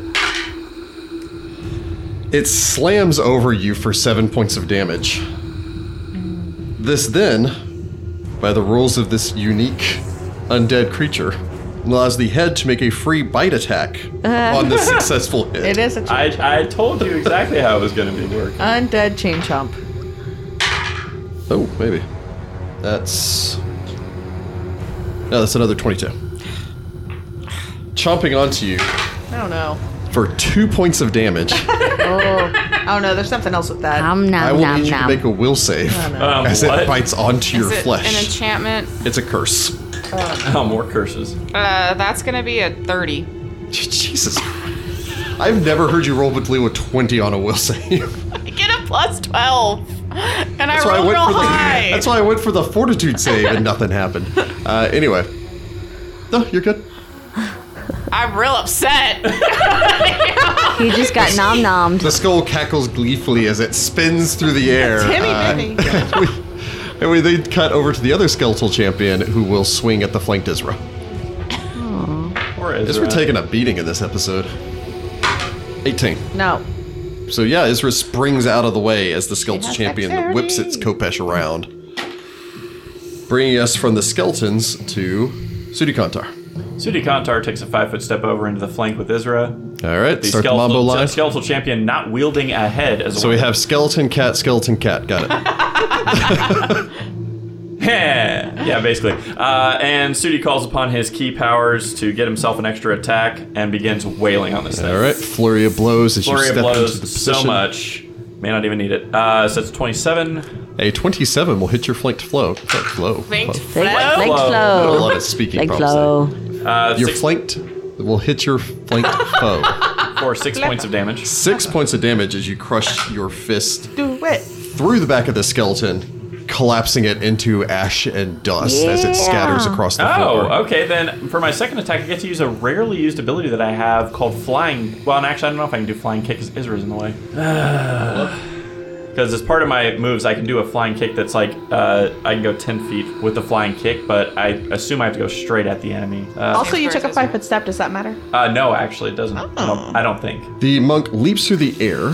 It slams over you for seven points of damage. This then, by the rules of this unique undead creature, allows the head to make a free bite attack on *laughs* the successful hit. Uh. it is a chain I, I told you exactly how it was going to be working. undead chain chomp. Oh, maybe. That's. No, that's another 22. Chomping onto you I don't know. for two points of damage. Oh, oh no, there's something else with that. Nom I nom will nom need you to make nom. a will save. Um, as what? it bites onto your Is it an flesh. enchantment? it's a curse. *laughs* Oh, more curses. Uh, that's gonna be a thirty. Jesus. I've never heard you roll with Leo a 20 on a will *laughs* save. I *laughs* get a plus twelve, and That's I why I roll went real for the high. *laughs* That's why I went for the fortitude save and nothing happened. Uh, anyway. No, you're good. I'm real *laughs* upset. You just got nom nommed. The skull cackles gleefully as it spins through the air. Timmy uh, Bimmy. *laughs* and we, and we then cut over to the other skeletal champion who will swing at the flanked Isra. Or Ezra. Isra taking a beating in this episode. 18. No. So yeah, Isra springs out of the way as the skeletal has champion dexterity. whips its Kopesh around, bringing us from the skeletons to Sudikantar. Sudi Kantar takes a five foot step over into the flank with Ezra. All right, The start the skeletal, mambo line. skeletal champion not wielding a head as So we have skeleton cat, skeleton cat. Got it. yeah, basically. Uh, and Sudi calls upon his key powers to get himself an extra attack and begins wailing on this thing. All right, flurry of blows as Flurry you of step into the blows position. so much. May not even need it. Uh, so that's 27. A 27 will hit your flanked flow. Flanked flow. Thanks, Wow. Like, like Flo. A flow. lot of speaking Like problems flow. Uh, there. Your six, flanked will hit your flanked foe. for six points of damage. Six points of damage as you crush your fist Do it. through the back of the skeleton, collapsing it into ash and dust as it scatters across the floor. Oh, okay. Then for my second attack, I get to use a rarely used ability that I have called flying. Well, and actually, I don't know if I can do flying kick because Isra's in the way. *sighs* Because as part of my moves, I can do a flying kick that's like uh, I can go ten feet with the flying kick, but I assume I have to go straight at the enemy. Uh, Also, you took a five foot step. Does that matter? uh, no, actually, it doesn't. I, don't, I don't think. The monk leaps through the air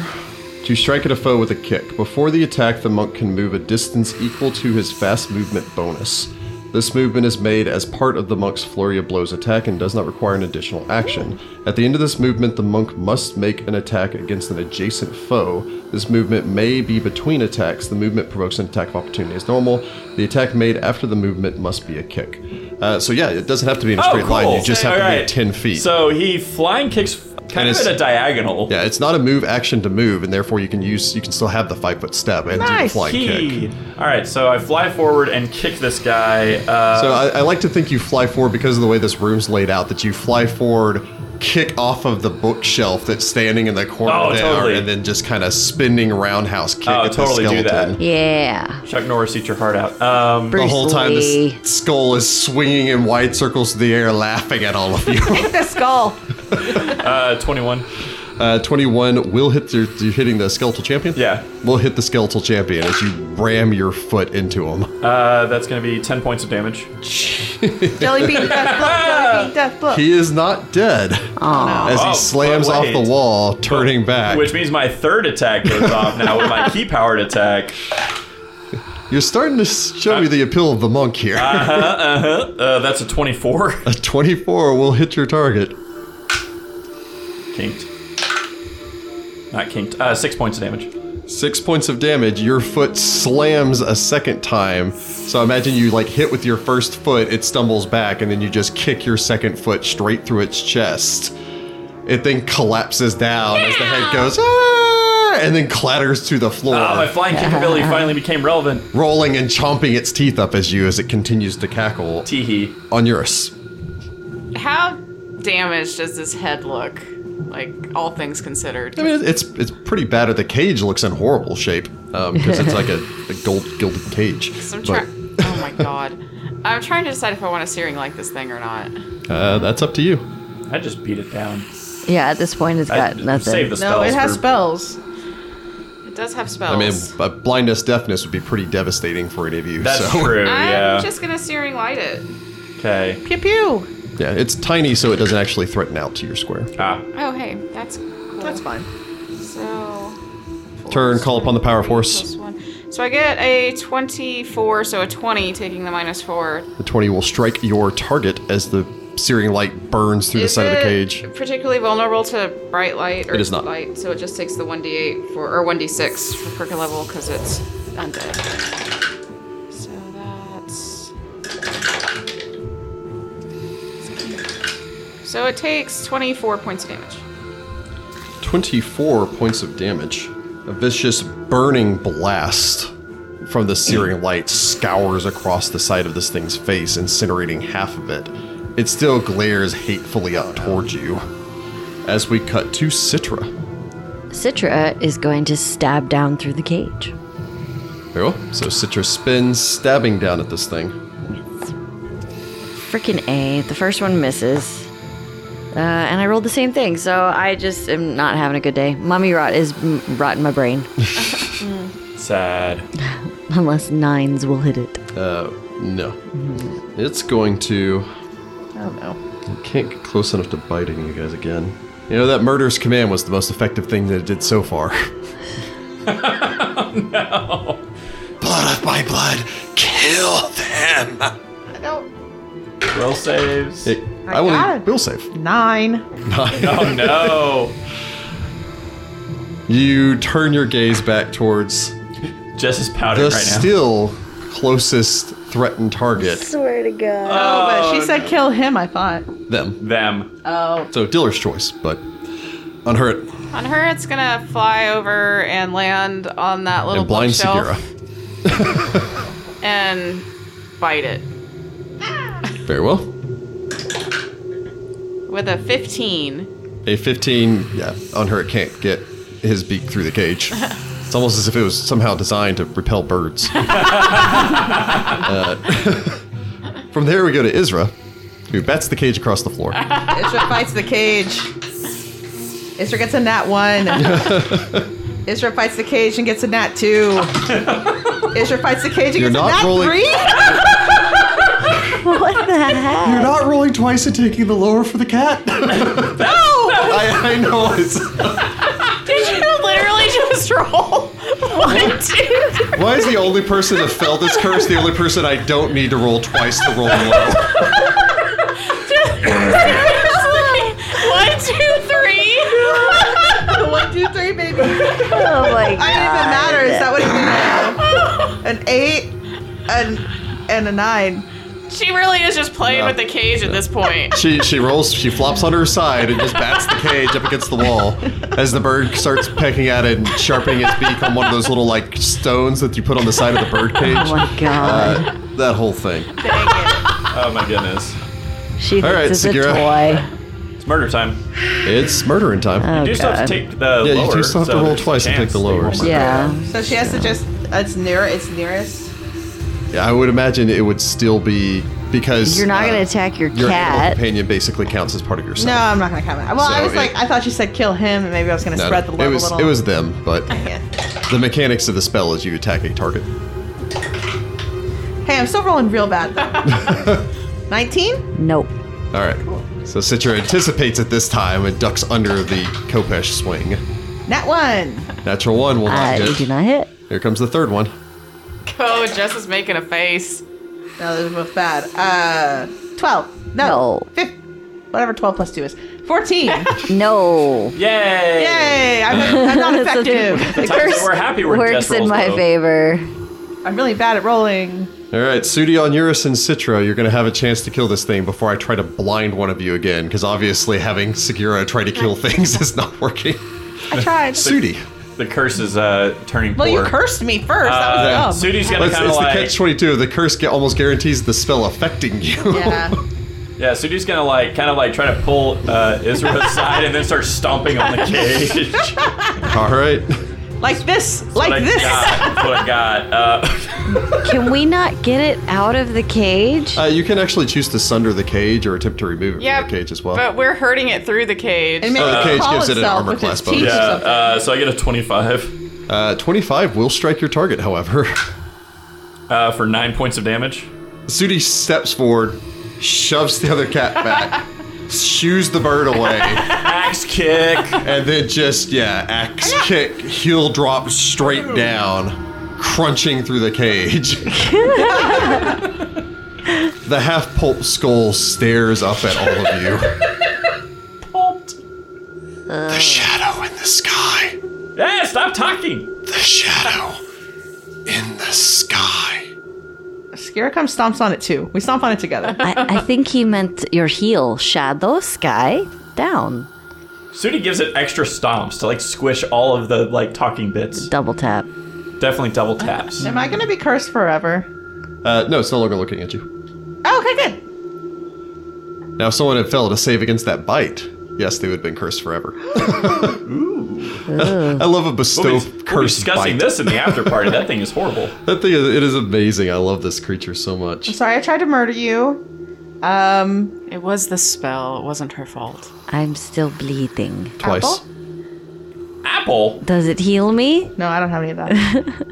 to strike at a foe with a kick. Before the attack, the monk can move a distance equal to his fast movement bonus. This movement is made as part of the monk's flurry of blows attack and does not require an additional action. At the end of this movement, the monk must make an attack against an adjacent foe. This movement may be between attacks. The movement provokes an attack of opportunity as normal. The attack made after the movement must be a kick. Uh, so yeah, it doesn't have to be in a straight line. You just have to be Oh, Alright. at ten feet. So he flying kicks kind of it's- at a diagonal. Yeah, it's not a move action to move, and therefore you can use you can still have the five foot step and do the Nice. flying kick. He. All right, so I fly forward and kick this guy. Uh, So I, I like to think you fly forward because of the way this room's laid out. That you fly forward, kick off of the bookshelf that's standing in the corner Oh, there, totally. and then just kind of spinning roundhouse kick Oh, at totally the do skeleton. that. Yeah. Chuck Norris, eat your heart out. Um, The Bruce whole time, Lee. this skull is swinging in wide circles through the air, laughing at all *laughs* of you. Hit the skull. uh, 21. Uh, 21 will hit your, you're hitting the skeletal champion. Yeah. will hit the skeletal champion as you ram your foot into him. Uh, that's going to be 10 points of damage. Jelly bean *laughs* death book. Jelly bean death book. He is not dead. As Oh, he slams but off wait. the wall, turning back. Which means my third attack *laughs* goes off now with my key powered attack. You're starting to show me the appeal of the monk here. Ah. Uh, that's a 24. *laughs* a 24 will hit your target. *laughs* kinked. Not kinked. Uh, six points of damage. Six points of damage. Your foot slams a second time. So imagine you like hit with your first foot, it stumbles back, and then you just kick your second foot straight through its chest. It then collapses down as the head goes, "Ah," and then clatters to the floor, Uh, my flying *laughs* kick ability finally became relevant. rolling and chomping its teeth up as you as it continues to cackle. Teehee. On Eurus. How damaged does this head look? Like all things considered. I mean, it's it's pretty bad. The cage looks in horrible shape because it's like a, a gold gilded cage. So I'm But, trying. oh my god. I'm trying to decide if I want a searing like this thing or not. uh, that's up to you. I just beat it down. Yeah, at this point, it's I got save nothing. the spells. No, it has for- spells. It does have I mean, spells. uh, blindness, deafness would be pretty devastating for any of you. That's so. true, I'm yeah. just gonna searing light it. Okay. Pew pew. Yeah, it's tiny, so it doesn't actually threaten out to your square. Ah. Oh hey, that's cool. That's fine. So Turn, call upon the power of force. plus one. So I get a 24, so a 20, taking the minus four. The twenty will strike your target as the searing light burns through Is the side of the it cage. Particularly vulnerable to bright light or It is not. light, so it just takes the 1d8 for or 1d6 for per level because it's undead. So that's. So it takes 24 points of damage. 24 points of damage. A vicious burning blast from the searing light scours across the side of this thing's face, incinerating half of it. It still glares hatefully up towards you. As we cut to Citra. Citra is going to stab down through the cage. Very well. Oh, So Citra spins, stabbing down at this thing. Freaking A. The first one misses. Uh, and I rolled the same thing, so I just am not having a good day. Mummy rot is m- rotting my brain. *laughs* Sad. Unless nines will hit it. *laughs* Uh, no. It's going to. Oh no. I can't get close enough to biting you guys again. You know, that murderous command was the most effective thing that it did so far. *laughs* Blood of my blood, kill them. I don't. Roll saves. It, I I, will got need it. will save. Nine. Oh no! You turn your gaze back towards Jess is the pouting right now. still closest threatened target, Swear to God. Oh, but she no. said kill him. I thought. them. Them. Oh. So Diller's choice, but unhurt On her, it's gonna fly over and land on that little and blind bookshelf Segura. and bite it Very well. with a 15. A 15, yeah, unhurt can't get his beak through the cage. It's almost as if it was somehow designed to repel birds. Uh, *laughs* from there, we go to Isra, who bats the cage across the floor. Isra fights the cage. Isra gets a nat *laughs* one. Isra fights the cage and gets a nat two. Isra fights the cage and You're gets a not nat rolling- three. What *laughs* the heck? You're not rolling twice and taking the lower for the cat. no! I, I know. It's, *laughs* Did you literally just roll *laughs* one, two, three? why is the only person that fell this curse the only person I don't need to roll twice to roll low? One, two, *laughs* three. One, two, three, baby. I didn't even Oh my God. matter. Is that what it is? An eight, an and a nine. She really is just playing No. with the cage at this *laughs* point. She she rolls, she flops on her side and just bats the cage up against the wall as the bird starts pecking at it and sharpening its beak on one of those little like stones that you put on the side of the bird cage. Oh my God. Uh, that whole thing. Oh my goodness. she all thinks right, it's Segura. a toy. It's murder time. It's murdering time. Oh You do still have God. to take the yeah, lower. you do still have so to roll there's a twice and take chance the that you lower. won't- Yeah. So she has to just. It's near. It's nearest. Yeah, I would imagine it would still be because Oh. You're not uh, gonna attack your Your animal cat. companion basically counts as part of No, yourself. I'm not gonna comment. Well, I So was it- like, I thought you said kill him, and maybe I was gonna spread the it love was a little. it was them, but Yeah. the mechanics of the spell is you attack a target. Hey, I'm still rolling real bad. *laughs* Nineteen. Nope. All right. So Citra anticipates it this time and ducks under the Kopesh swing. Nat one. Natural one will Uh, not you hit. do not hit. Here comes the third one. Oh, Jess is making a face. No, those are both bad. Uh, twelve. No. No. Fif- Whatever twelve plus two is. *laughs* Fourteen. No. Yay! Yay! I'm, I'm *laughs* not That's such a- effective. The times that we're happy we're Works Jess in rolls my low. favor. *laughs* I'm really bad at rolling. All right, Sudi on Eurus and Citra, you're going to have a chance to kill this thing before I try to blind one of you again, because obviously having Segura try to kill things *laughs* is not working. I tried. Sudi. The curse is uh, turning Well, you poor. cursed me first. that Uh, was dumb. Sudi's gonna It's, kind of it's the like catch 22. The curse gu- almost guarantees the spell affecting you. yeah. yeah. Sudi's gonna like kind of like try to pull uh, *laughs* Isra aside and then start stomping on the cage. That's *laughs* All right. Like this. what like *laughs* I this. *laughs* got. That's what I got. Uh, Can we not get it out of the cage? Uh, you can actually choose to sunder the cage or attempt to remove it Yeah, from the cage as well. But we're hurting it through the cage. It made the it cage call gives it an itself armor with class its bonus. teeth or yeah. something. Uh, so I get a twenty-five Uh, 25 will strike your target, however. *laughs* uh, for nine points of damage. Sudi steps forward, shoves the other cat back, shoos the bird away, Axe kick. *laughs* and then just, yeah, axe kick, heel drop straight down, crunching through the cage. the half pulp skull stares up at all of you. The shadow in the sky. yeah. Stop talking. The shadow in the sky. Scarecom stomps on it too. We stomp on it *laughs* together. I, I think he meant your heel, Shadow Sky, down. Sudi gives it extra stomps to like squish all of the like talking bits. Double tap. Definitely double taps. Am I gonna be cursed forever? Uh, no, it's no longer looking at you. Oh, okay, good. Now, if someone had failed to save against that bite, yes, they would have been cursed forever. *laughs* I love a bestow We'll curse be, we'll be discussing bite. this in the after party. That thing *laughs* is horrible. That thing is, it is amazing. I love this creature so much. Sorry, I tried to murder you. Um, It was the spell. It wasn't her fault. I'm still bleeding. Twice. Apple? Apple? Does it heal me? no, I don't have any of *laughs* that.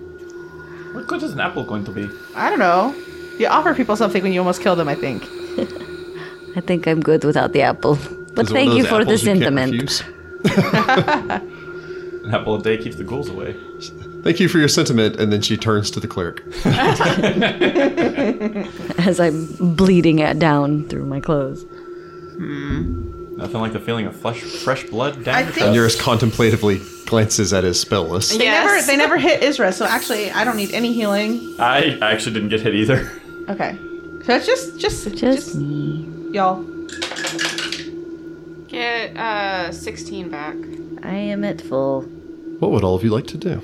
What good is an apple going to be? I don't know. You offer people something when you almost kill them, I think. I think I'm good without the apple. But Is it one thank of you those for the apples you can't sentiment. refuse? An apple a day keeps the ghouls away. Thank you for your sentiment. And then she turns to the cleric. As I'm bleeding it down through my clothes. Nothing like the feeling of flesh, fresh blood down I your think- throat. Nearest contemplatively glances at his spell list. They Yes. never they never hit Isra, so actually I don't need any healing. I actually didn't get hit either. Okay. So it's just just just, Just me. y'all. Get uh 16 back. I am at full. What would all of you like to do?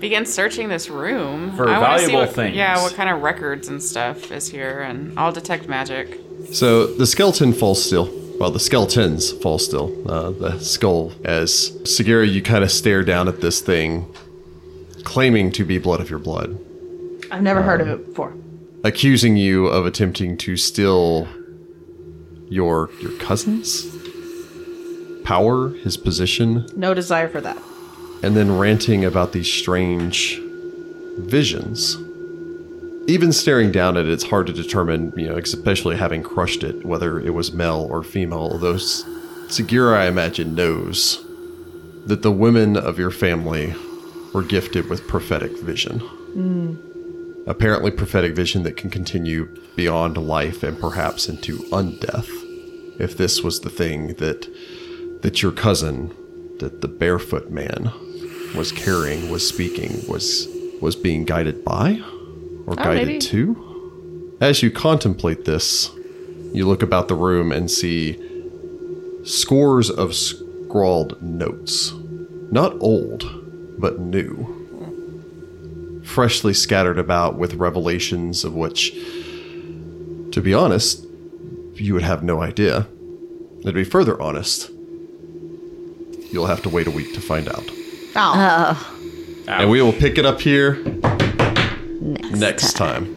Begin searching this room For I wanna see valuable what, things. Yeah, what kind of records and stuff is here, and I'll detect magic. So the skeleton falls still. Well, the skeletons fall still. Uh, the skull, as Segura, you kind of stare down at this thing, claiming to be blood of your blood, I've never heard of it before. accusing you of attempting to steal your your cousin's power, his position, No desire for that. and then ranting about these strange visions. Even staring down at it, it's hard to determine, you know, especially having crushed it, whether it was male or female, although S- Segura, I imagine, knows that the women of your family were gifted with prophetic vision. Apparently, prophetic vision that can continue beyond life and perhaps into undeath. If this was the thing that that your cousin, that the barefoot man, was carrying, was speaking, was was being guided by, or guided maybe. to. As you contemplate this, you look about the room and see scores of scrawled notes, not old, but new, freshly scattered about with revelations of which, to be honest, you would have no idea. And to be further honest, you'll have to wait a week to find out. Oh. And we will pick it up here next time.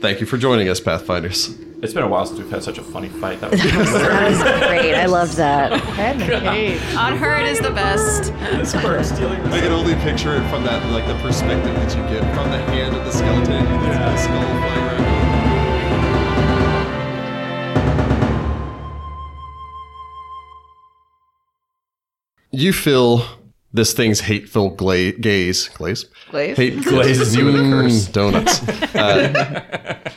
Thank you for joining us, Pathfinders. It's been a while since we've had such a funny fight. That was *laughs* That was great. I loved *laughs* that. Okay. On her, it is the best. I can only picture it from that, like the perspective that you get from the hand of the skeleton and the skull flying around. You feel this thing's hateful gla- gaze. Glaze? *laughs* Glaze? Hate Glaze is you with a curse. Mm, Donuts. Uh,